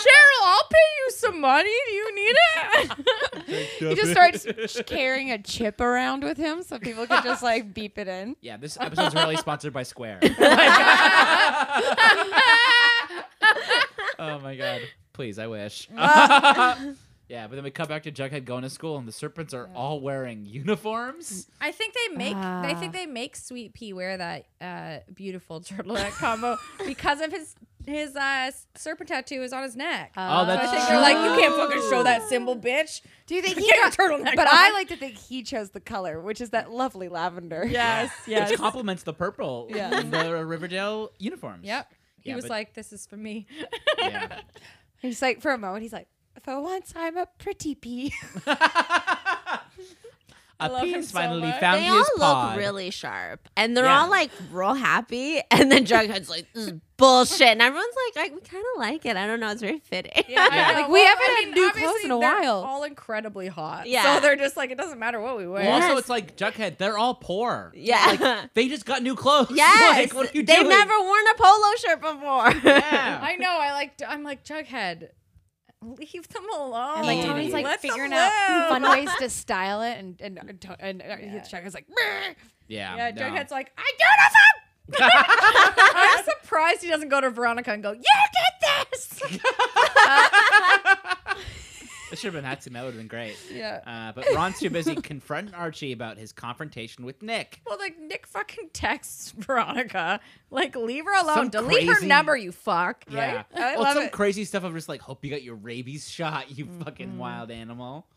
Cheryl, I'll pay you some money. Do you need it?
He just starts ch- carrying a chip around with him so people can just like beep it in.
Yeah, this episode's really sponsored by Square. oh my god. Please, I wish. yeah, but then we cut back to Jughead going to school and the serpents are all wearing uniforms.
I think they make I
Ah.
think they make Sweet Pea wear that uh, beautiful turtleneck combo because of his his uh, s- serpent tattoo is on his neck.
Uh, Ah.
Oh,
So I
that's
think they're like, you can't
true.
fucking show that symbol, bitch.
Do you think he
Get your
got?
turtleneck.
But
off.
I like to think he chose the color, which is that lovely lavender.
yes, yes.
Which complements the purple
Yeah.
in the Riverdale uniforms.
Yep. He
Yeah,
was
but-
like, this is for me.
Yeah.
He's like, for a moment, he's like, for once, I'm a pretty pea.
a
love him
piece
so
finally
much.
found
They all
his
look
pod.
really sharp, and they're
Yeah.
all like real happy. And then Jughead's like, "This is bullshit," and everyone's like, "I we kind of like it. I don't know. It's very fitting."
I
Yeah.
know.
Like, we haven't had new clothes
obviously
in a
they're
while.
All incredibly hot.
Yeah.
So they're just like, it doesn't matter what we wear.
Well, Also,
Yes.
it's like Jughead. They're all poor.
Yeah.
Like, they just got new clothes.
yes,
like, what are you
they've
doing?
never worn a polo shirt before.
Yeah.
I know. I like. I'm like Jughead. Leave them alone.
And like
Yeah.
Tony's like
Let them
figuring out
live.
fun ways to style it, and and and, and,
Yeah.
Chuck is like, "Brr."
Yeah.
Yeah,
no.
Jughead's "Ah!" like, I do not I'm surprised he doesn't go to Veronica and go, You did this.
It should have been Hatsune. That would have been great.
yeah.
Uh, but Ron's too busy confronting Archie about his confrontation with Nick.
Well, like Nick fucking texts Veronica, like leave her alone,
Some
delete her
crazy-
number, you fuck. Right?
Yeah.
I
well,
love
some
it. Mm-hmm.
crazy stuff of just like, hope you got your rabies shot, you fucking wild animal.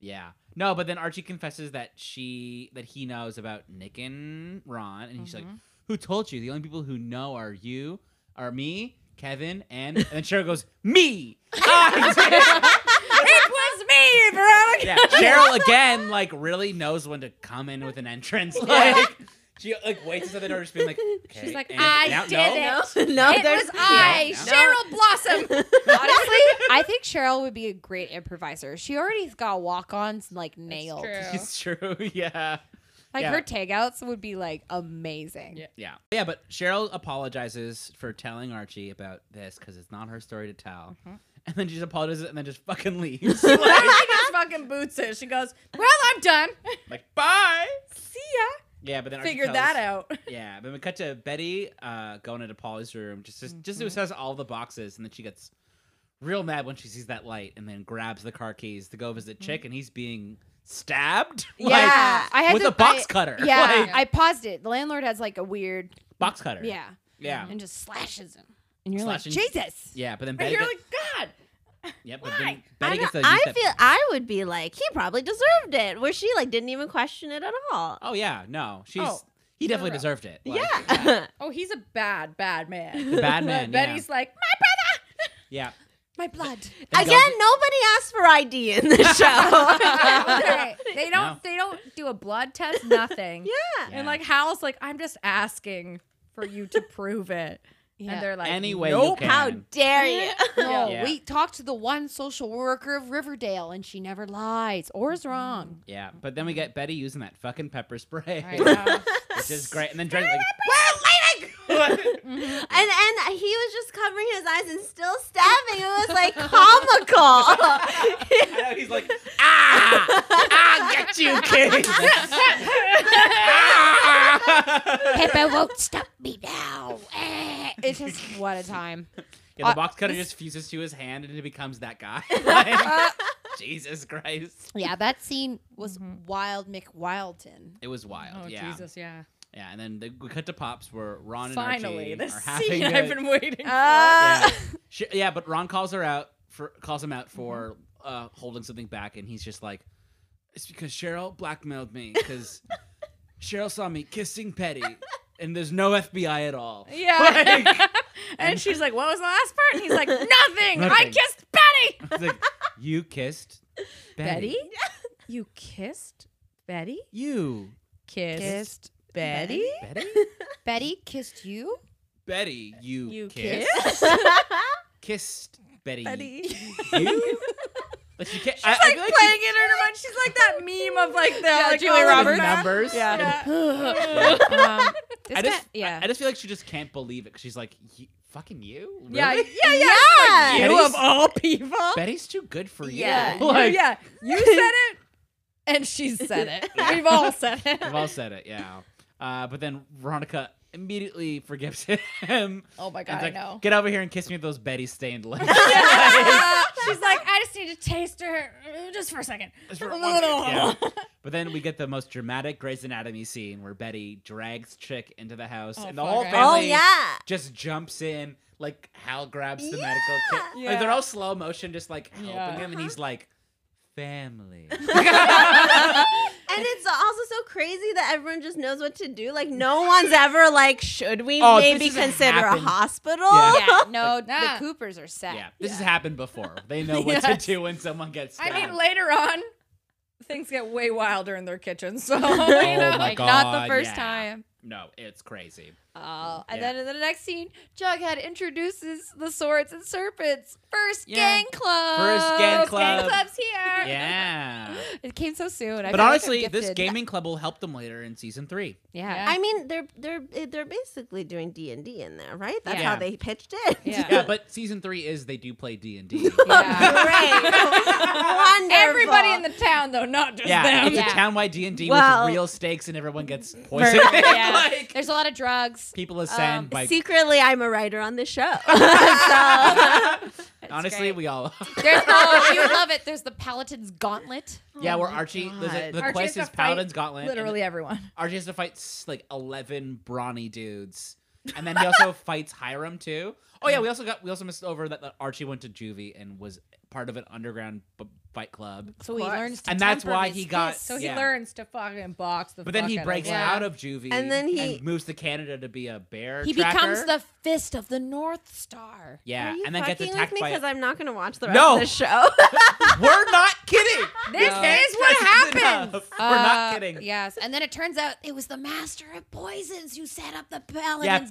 Yeah. No, but then Archie confesses that she that he knows about Nick and Ron, and he's
Mm-hmm.
like, "Who told you? The only people who know are you, are me, Kevin, and." And then Cheryl goes, "Me." Ah, I did it."
it was me, Veronica.
yeah, Cheryl again, like really knows when to come in with an entrance. Like she like waits until the door, just being like, okay,
like,
and
"I
now-
did
no."
it."
no,
Oh,
It was I,
no.
Cheryl Blossom.
honestly, I think Cheryl would be a great improviser. She alredy's got walk-ons like nailed.
It's true. Yeah.
Like
Yeah.
her takeouts would be like amazing.
Yeah.
Yeah. Yeah, but Cheryl apologizes for telling Archie about this because it's not her story to tell.
Mm-hmm.
And then she just apologizes and then just fucking leaves. like,
she just fucking boots it. She goes, Well, I'm done.
like, bye.
See ya.
Yeah, but then Archie
Figured
tells-
that out.
Yeah, but we cut to Betty uh, going into Polly's room, just just, just to assess all the boxes, and then she gets real mad when she sees that light, and then grabs the car keys to go visit Chick, and he's being stabbed. like,
Yeah, I had
with
to-
a box
I-
cutter.
Yeah,
like,
I paused it. The landlord has like a weird,
box cutter.
yeah,
yeah,
and just slashes him. And you're
Slashing-
like, Jesus.
yeah. But then
And
Betty,
you're
get,
like, God.
yep, but then
why?
Betty
I,
gets the.
don't-
use
I
that-
feel I would be like, he probably deserved it. Where she like didn't even question it at all.
Oh yeah, no, she's
Oh,
he definitely
no.
deserved it. Like,
yeah.
Oh, he's a bad, bad man.
The bad man,
But
yeah.
Betty's like, my
yeah.
My blood.
Then
Again,
goes-
nobody asked for ID in this show.
brother. okay. They don't.
No.
They don't do a blood test. Nothing.
yeah.
Yeah.
And like Hal's like, I'm just asking for you to prove it.
Yeah.
And they're "Oh." like,
Any way
nope.
you
How
can.
dare you?
No,
Yeah.
we talked to the one social worker of Riverdale, and she never lies or is wrong.
Yeah, but then we get Betty using that fucking pepper spray,
I know.
which is great. And then Drake like,
And and he was just covering his eyes and still stabbing. It was like comical.
I know, he's like, ah, ah, get you, kid. Ah!
Pippa won't stop me now. Eh. It's just what a time.
Yeah,
Uh,
the box cutter just fuses to his hand and it becomes that guy.
Uh.
Like, Jesus Christ.
Yeah, that scene was
Mm-hmm.
wild, McWildton.
It was wild.
Oh
yeah.
Jesus, yeah.
Yeah, and then the, we cut to Pops where Ron and
Finally,
Archie
this
are having
scene
a-
I've been waiting for.
yeah. Sh- yeah, but Ron calls her out for calls him out for
Mm-hmm.
uh, holding something back, and he's just like, "It's because Cheryl blackmailed me because Cheryl saw me kissing Petty, and there's no FBI at all."
Yeah.
Like,
and she's like, "What was the last part?" And he's like, "Nothing. I
Nothing.
kissed Betty."
it's like, you kissed Betty.
you kissed Betty.
You
Kissed,
Kissed
Betty.
Betty.
Betty kissed you?
Betty, you,
You
kissed kissed Betty.
Betty.
You. But you can't. I, I feel
like playing
like you-
it in her mind. She's like that meme of like the like,
Julia
all of
Roberts.
the
Numbers.
Yeah.
Yeah.
um,
I
this
just,
guy- yeah.
I, I just feel like she just can't believe it. 'cause She's like, "You- fucking you? Really?
Yeah, yeah, yeah.
Yeah.
You
Betty's-
of all people.
Betty's too good for you.
Yeah.
Like,
yeah, you said it, and she said it. We've all said it.
We've all said it, yeah. Uh, but then Veronica immediately forgives him.
Oh my
and
god,
is like,
I know.
Get over here and kiss me with those Betty stained lips.
She's like, I just need to taste her uh, just for a second.
Just for one second, yeah. But then we get the most dramatic Grey's Anatomy scene where Betty drags Chick into the house
Oh,
and the
fuck,
whole
right.
family
Oh yeah.
just jumps in. Like Hal grabs the medical kit. Like they're
Yeah.
all slow motion, just like helping
Yeah.
him, and
Uh-huh.
he's like, "Family."
And it's also so crazy that everyone just knows what to do. Like no one's ever like, should we
Oh, this
maybe
doesn't
consider
happen.
a hospital?
Yeah.
yeah,
nah.
no, the Coopers are set.
Yeah, this has happened before. They know what
Yes.
to do when someone gets
I
stabbed.
mean, later on, things get way wilder in their kitchen. So
Oh my
like
God,
not the first
yeah.
time.
no, it's crazy.
Oh, and
Yeah.
then in the next scene, Jughead introduces the Swords and Serpents first
Yeah.
gang club.
First gang club.
club's here.
Yeah.
It came so soon. I
But
feel like I'm
honestly, this
gifted.
gaming club will help them later in season three.
Yeah.
I mean, they're they're they're basically doing D and D in there, right? That's
Yeah.
how they pitched it.
Yeah.
Yeah, but season three is they do play D and D.
Yeah.
Great. Wonderful.
everybody in the town, though, not just
Yeah,
them.
it's
Yeah.
a town-wide D and D
Well-
with real stakes, and everyone gets poisoned.
Yeah.
like,
There's a lot of drugs.
people ascend
Um,
by.
Secretly, I'm a writer on this show. so,
honestly,
great.
we all.
There's oh, you love it. There's the Paladin's Gauntlet.
yeah, where Archie, there's a,
God.
the
Archie has
quest
to
is
fight
Paladin's Gauntlet. and
Literally everyone.
Archie has to fight s- like eleven brawny dudes, and then he also fights Hiram too. Oh yeah, we also got we also missed over that, that Archie went to juvie and was part of an underground b- fight club,
So he learns to
and that's
temper
why
his
he got.
fists.
So he
yeah.
learns to fucking box the.
But then
fuck
he
out of
breaks
them.
Yeah.
out of juvie,
And then he-
and moves to Canada to be a bear.
He
tracker.
becomes the fist of the North Star.
yeah,
are you
and then gets
fucking
attacked
with me?
by.
Because I'm not going to watch the rest
No.
of the show.
We're not kidding.
This is what
That's
happens.
enough. We're not
Uh,
kidding.
Yes, and then it turns out it was the Master of Poisons who set up the Paladin's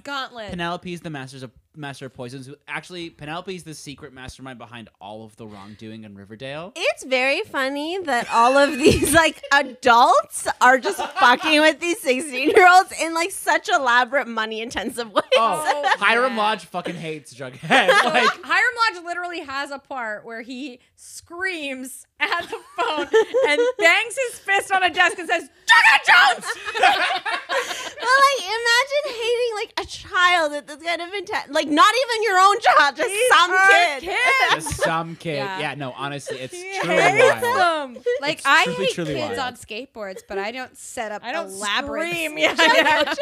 Yeah,
Gauntlet.
Penelope's the masters of master of poisons. who- Actually, Penelope's the secret mastermind behind all of the wrongdoing in Riverdale.
It's very funny that all of these like adults are just fucking with these 16 year olds in like such elaborate money intensive ways.
Oh, Hiram
yeah.
Lodge fucking hates Jughead. Like,
Uh, Hiram Lodge literally has a part where he screams at the phone and bangs his fist on a desk and says, "Jughead Jones."
But like imagine hating like a child at this kind of intent like not even your own child, just
These
some
are
kid.
kids.
just some kid.
Yeah.
Yeah. no, honestly, it's
He
truly
hates
wild.
them.
Like
It's
I
truly,
hate
truly
kids
wild.
on skateboards, but I don't set up
I don't
elaborate.
scream. Yeah, yeah.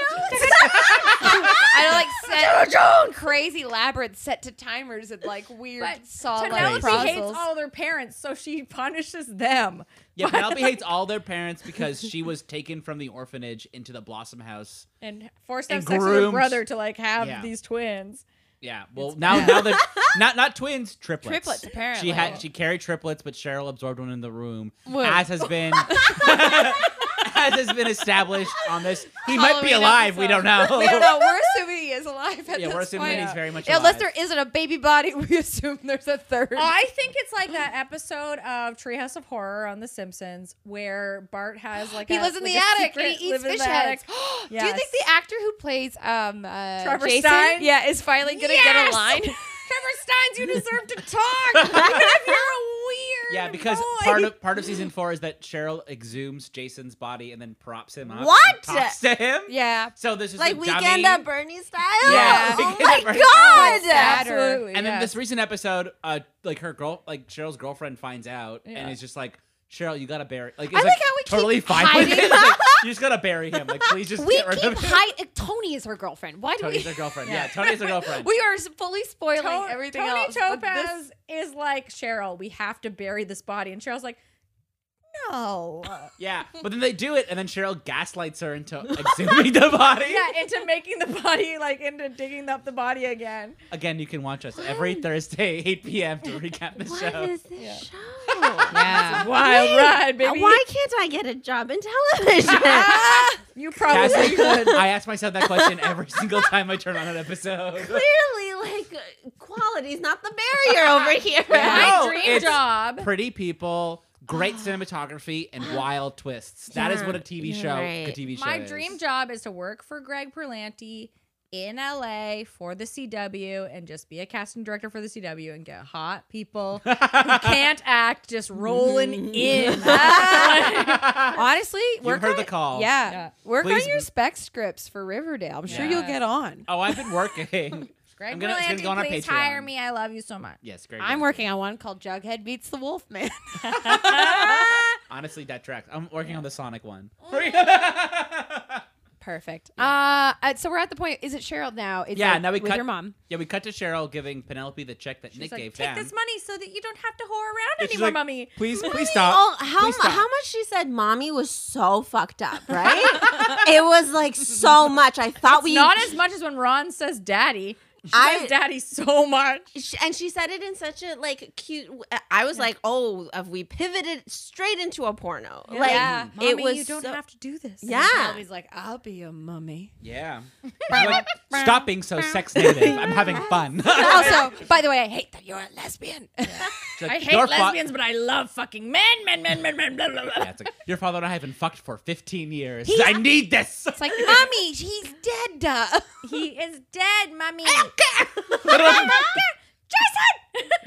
I don't like set crazy elaborate set to timers and like weird
But
song
Penelope
like
Crazy.
hates all their parents, so she punishes them.
Yeah,
But,
Penelope
like,
hates all their parents because she was taken from the orphanage into the Blossom House.
and forced to have
and
sex with her
groomed.
brother to like have
Yeah.
these twins.
Yeah, well, now now that not not twins, triplets.
Triplets, apparently.
She had she carried triplets, but Cheryl absorbed one in the room,
Whoa.
as has been as has been established on this. He might be
Halloween
alive. We don't know.
We don't know. We're assuming he is alive at
yeah,
this
we're assuming
point.
that he's very much
Yeah,
alive.
Unless there isn't a baby body, we assume there's a third.
I think it's like that episode of Treehouse of Horror on The Simpsons where Bart has like
he
a,
lives in
like
the
a
attic and
secret-
he eats
lives in
fish
the
heads.
attic.
Do you think
Yes.
the actor who plays um uh,
Trevor
Jason,
Stein?
yeah, is finally gonna get
Yes!
a line?
Trevor Steins, you deserve to talk. Even if you're a weird
Yeah, because
boy.
part of part of season four is that Cheryl exhumes Jason's body and then props him up. and
What?
talks to him.
yeah.
So this is
Like
the dummy.
weekend at Bernie style.
Yeah.
Oh
Weekend
my
at Bernie-
god.
Oh, sad.
absolutely.
And then
yes.
this recent episode, uh, like her girl, like Cheryl's girlfriend finds out
Yeah.
and is just like, Cheryl, you gotta bury. Like,
I
it's
like how we keep
totally fine with
hiding-
it. Like, you just gotta bury him. Like, please just
We
get rid
keep
of him.
hiding. Tony is her girlfriend. Why do
Tony's
we?
her girlfriend. Yeah, Tony's her girlfriend.
We are s- fully spoiling
To-
everything
Tony
else. but
Topaz
this-
is like Cheryl. We have to bury this body, and Cheryl's like, no,
yeah, but then they do it, and then Cheryl gaslights her into exhuming the body.
yeah, into making the body like into digging up the body again.
Again, you can watch us every Thursday, 8 p.m. to recap the
What
show.
is this show?
Yeah.
Wild ride, baby.
Why can't I get a job in television?
You probably
Cassie,
could.
I ask myself that question every single time I turn on an episode.
Clearly, like uh, quality's not the barrier over here.
Yeah.
My
No,
dream
it's-
job.
Pretty people, great cinematography, and wild twists. That is what a TV
Yeah,
show,
right.
a TV show.
My
is.
dream job is to work for Greg Berlanti in LA for the CW and just be a casting director for the CW and get hot people who can't act just rolling in.
honestly,
You've
work
heard
on,
the call.
Yeah,
Yeah.
work
Please-
on your spec scripts for Riverdale. I'm sure you'll
Yeah.
get on.
Oh, I've been working.
Greg
I'm gonna- it's gonna
Berlanti,
go on our
please
Patreon.
hire me. I love you so much.
yes, great.
I'm
idea.
working on one called Jughead Meets the Wolfman.
Honestly, that tracks. I'm working on the Sonic one.
Perfect. Uh, uh, so we're at the point. Is it Cheryl now? It's
Yeah,
like
now we
with
cut-
your mom.
yeah, we cut to Cheryl giving Penelope the check that
She's
Nick
like,
gave
take
them.
this money so that you don't have to whore around
And she's
anymore,
like,
mummy.
Please, please
Oh,
stop.
how,
Please
mu-
stop.
how much she said mommy was so fucked up, right? it was like so much. I thought we
Not as much as when Ron says daddy. She
I-
says daddy so much.
Sh- and she said it in such a like cute w- uh, I was like, "Oh, have we pivoted straight into a porno." Like
Yeah.
it
Mommy,
was
you don't
so-
have to do this.
Yeah.
Penelope's like, I'll be your mummy.
Yeah. Like, stop being so sex negative. I'm having fun.
also, by the way, I hate that you're a lesbian.
She's like,
I hate
"Your fa-
lesbians, but I love fucking men, men, men, men, men, blah, blah, blah.
Yeah, it's like, your father and I have been fucked for 15 years. I need this.
it's like, mommy, he's dead. duh."
He is dead, mummy.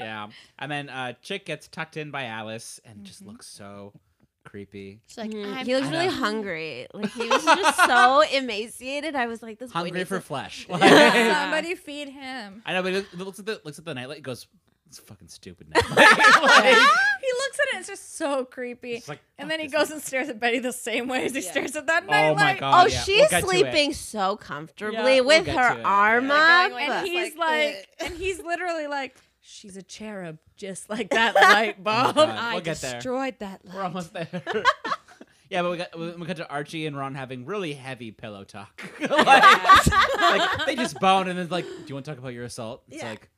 yeah. And then uh, Chick gets tucked in by Alice and just
Mm-hmm.
looks so creepy.
She's like,
Mm,
I'm
he looks
I
really
know.
hungry. Like he was just so emaciated. I was like, "This boy
Hungry
needs
for
a-
flesh.
Yeah.
Somebody feed him.
I know, but it looks at the looks at the nightlight. and Goes, it's fucking stupid now. Like,
He looks at it. It's just so creepy.
it's like,
and
fuck
then he
this
goes and stares at Betty the same way as he stares at that
nightlight.
nightlight.
Oh
Oh,
my god! yeah,
she's
we'll get to it.
sleeping so comfortably
Yeah,
we'll
with
get to
her
it.
arm
Yeah.
up.
Going
And
It's
he's like,
like,
and he's literally like, she's a cherub, just like that light
Oh my
bulb.
God,
I
we'll get there.
destroyed that light.
We're almost there. yeah, but we got we we got to Archie and Ron having really heavy pillow talk. like, like, they just bone and then like, do you want to talk about your assault? It's
Yeah.
like,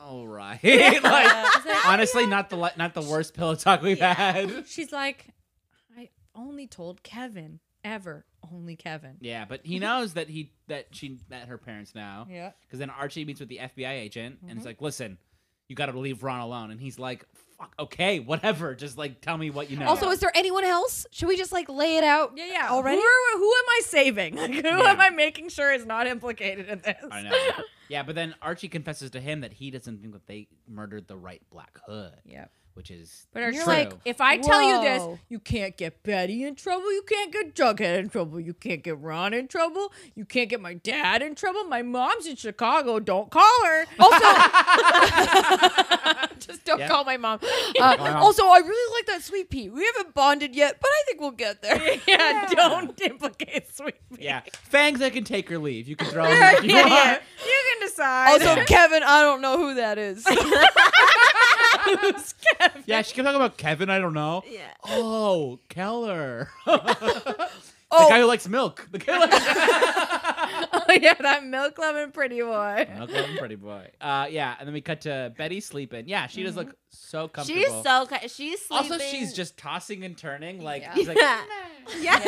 all right. like, honestly, not the li- not the worst pillow talk we've had.
She's like, I only told Kevin ever, only Kevin.
Yeah, but he knows that he that she met her parents now.
Mm-hmm. Yeah. Mm-hmm.
Because then Archie meets with the FBI agent and it's like, listen, you got to leave Ron alone. And he's like, fuck, okay, whatever. Just like tell me what you know.
Also, is there anyone else? Should we just like lay it out?
Yeah, yeah.
Already?
Who, are, who am I saving? Like, who
Yeah.
am I making sure is not implicated in this?
I know. Yeah, but then Archie confesses to him that he doesn't think that they murdered the right Black Hood,
Yeah.
which is
But are
true.
you like, if I tell you this,
Whoa.
you can't get Betty in trouble. You can't get Jughead in trouble. You can't get Ron in trouble. You can't get my dad in trouble. My mom's in Chicago. Don't call her.
Just don't
Yeah.
call my mom. Uh,
Wow.
Also, I really like that sweet pea. We haven't bonded yet, but I think we'll get there.
yeah, don't implicate Sweet Pea.
yeah, Fangs, I can take or leave. You can throw him if you
Yeah,
want.
yeah. You can decide. Oh,
Also, Kevin, I don't know who that is.
Yeah, she kept talking about Kevin. I don't know.
Yeah.
Oh, Keller, the guy
oh,
who likes milk. The guy who likes
oh yeah, that milk loving pretty boy.
milk, loving pretty boy. Uh, yeah, and then we cut to Betty sleeping. Yeah, she does
Mm-hmm.
look so comfortable.
She's so cu- she's sleeping.
also, she's just tossing and turning. Like
Yeah.
he's like,
yeah. Yeah.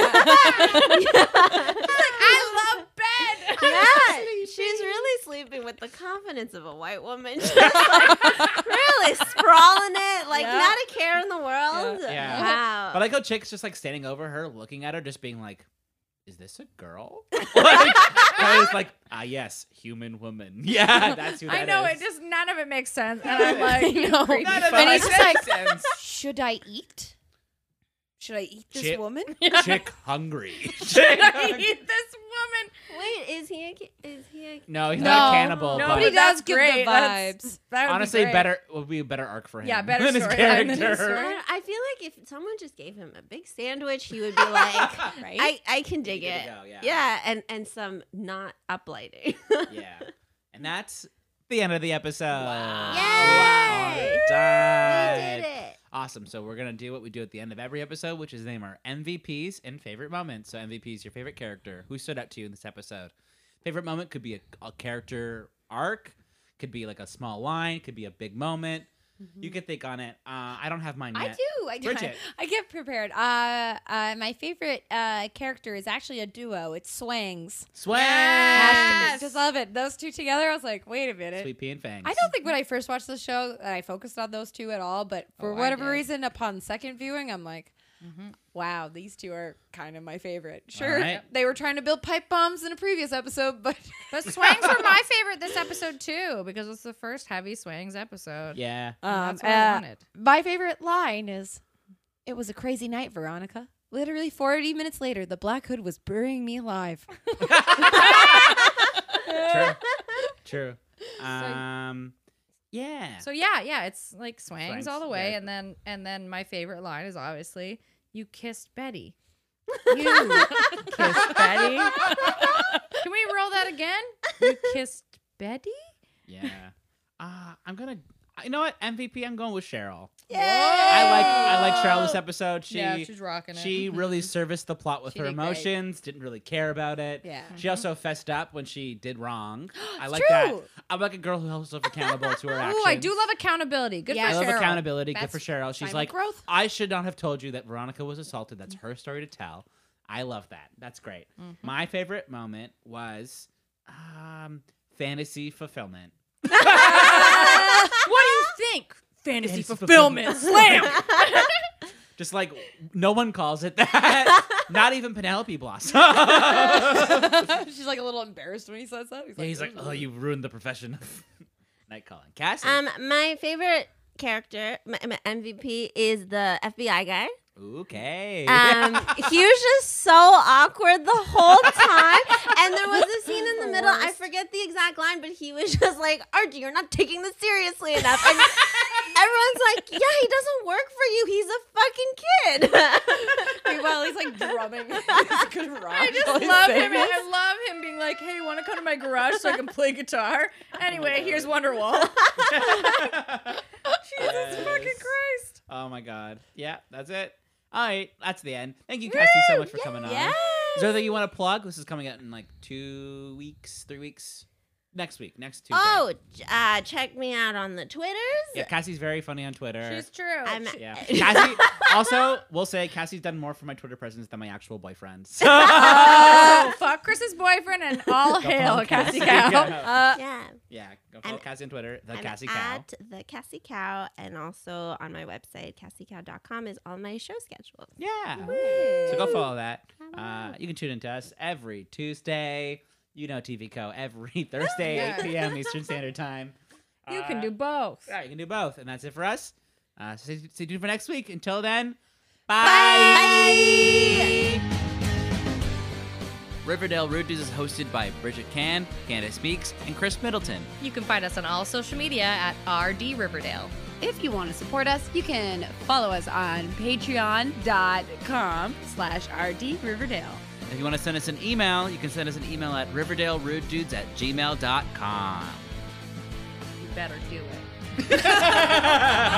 I love bed.
Yeah, she's really sleeping with the confidence of a white woman. Just like, really sprawling it, like
Yeah.
not a care in the world.
Yeah. Yeah.
Wow.
But like how Chick's just like standing over her, looking at her, just being like, "Is this a girl?" like, Kelly's like, "Ah, yes, human woman. Yeah, that's who that
I
is."
know it just none of it makes sense, and I'm like,
I know.
creepy
None of
And
that
he's
makes
just like-
sense.
should I eat? Should I eat this
Chip.
woman?
Chick hungry. Chick
I hate this woman.
Wait, is he a ca- is he a
No, he's
No.
not a cannibal.
No,
Oh, but
but he
that's
does give
great.
the
That's-
vibes.
That would be
honestly,
great.
better would be a better arc for him.
Yeah, better
than his
storyline
character.
than his
I,
story.
don't- I feel like if someone just gave him a big sandwich, he would be like,
right?
I, I can dig
Good to
it.
go, yeah.
and and some not uplighting.
yeah, and that's the end of the episode.
Wow. Yay!
All
We
right.
did it.
Awesome. So we're gonna do what we do at the end of every episode, which is name our MVPs and favorite moments. So MVP is your favorite character. Who stood out to you in this episode? Favorite moment could be a, a character arc, could be like a small line, could be a big moment.
Mm-hmm.
You could think on it. Uh, I don't have mine
I
yet.
do. I do.
Bridget.
I get prepared. Uh, uh, my favorite uh, character is actually a duo. It's Swangs.
Swag,
Hashtag- Just love it. Those two together. I was like, wait a minute.
Sweet Pea and Fangs.
I don't think when I first watched the show that I focused on those two at all, but for
Oh, I
whatever
did.
reason, upon second viewing, I'm like,
Mm-hmm.
wow, these two are kind of my favorite. Sure,
right.
they were trying to build pipe bombs in a previous episode, but
But swangs were my favorite this episode too because it's the first heavy swangs episode.
Yeah.
um,
that's what I
uh,
wanted.
My favorite line is, "It was a crazy night, Veronica." Literally 40 minutes later, the Black Hood was burying me alive.
True. True. Um. Yeah.
So yeah, yeah, it's like swangs,
Swangs,
all the way,
yeah.
and then and then my favorite line is obviously you kissed Betty.
You
Kissed Betty. Can we roll that again? You kissed Betty.
yeah. Uh, I'm gonna. You know what? MVP. I'm going with Cheryl.
Yeah.
I like I like Cheryl this episode. She
yeah, she's rocking it.
she really serviced the plot with
She
her
did great.
emotions. Didn't really care about it.
Yeah.
She also fessed up when she did wrong. I like
true.
that. I like a girl who holds herself accountable to her actions.
Ooh, I do love accountability. Good
Yeah,
I
for
love
Cheryl.
accountability.
That's
Good for Cheryl. She's
sign of
like,
growth.
I should not have told you that Veronica was assaulted. That's her story to tell. I love that. That's great. My favorite moment was um, fantasy fulfillment.
what do you think? Fantasy,
Fantasy
fulfillment. Slam.
Just like no one calls it that. Not even Penelope Blossom.
She's like a little embarrassed when he says that.
Yeah, he's like, oh, you ruined the profession of night calling. Cassie.
Um, my favorite character, my, my MVP, is the FBI guy.
okay.
Um, he was just so awkward the whole time. And there was a scene in the middle, I forget the exact line, but he was just like, Archie, you're not taking this seriously enough. And everyone's like, yeah, he doesn't work for you. He's a fucking kid.
Meanwhile, he's like drumming. He's good rock. I
Just love him. and I love him being like, "Hey, you want to come to my garage so I can play guitar?" Anyway, here's Wonderwall.
Jesus
Fucking Christ.
Oh my god. Yeah, that's it. All right, that's the end. Thank you, Cassie, so much for coming on.
yes.
Is there anything you want to plug? This is coming out in like two weeks, three weeks, next week, next Tuesday.
Oh, j- uh, check me out on the Twitters.
yeah. Oh, Cassie's very funny on Twitter.
She's true.
I'm-
She-
yeah. Cassie. Also, we'll say Cassie's done more for my Twitter presence than my actual boyfriend. So
Uh, fuck Chris's boyfriend and all
go follow
hail Cassie
Cassie.
Cow.
Yeah.
Uh,
yeah.
Yeah, go follow
I'm-
Cassie on Twitter, the
I'm
Cassie Cow.
at the Cassie Cow, and also on my website, cassiecow.com, is all my show schedules.
Yeah. So go follow that. Uh, you can tune in to us every Tuesday. You know TV Co. every Thursday, 8 p.m. Eastern Standard Time.
You can
Uh,
do both.
Yeah, you can do both. And that's it for us. Uh, stay, stay tuned for next week. Until then, bye. Riverdale Root Dudes is hosted by Bridget Can, Candace Speaks, and Chris Middleton.
You can find us on all social media at RD Riverdale.
If you want to support us, you can follow us on patreon.com slash RD Riverdale.
If you want to send us an email, you can send us an email at riverdalerudedudes at gmail.com.
You better do it.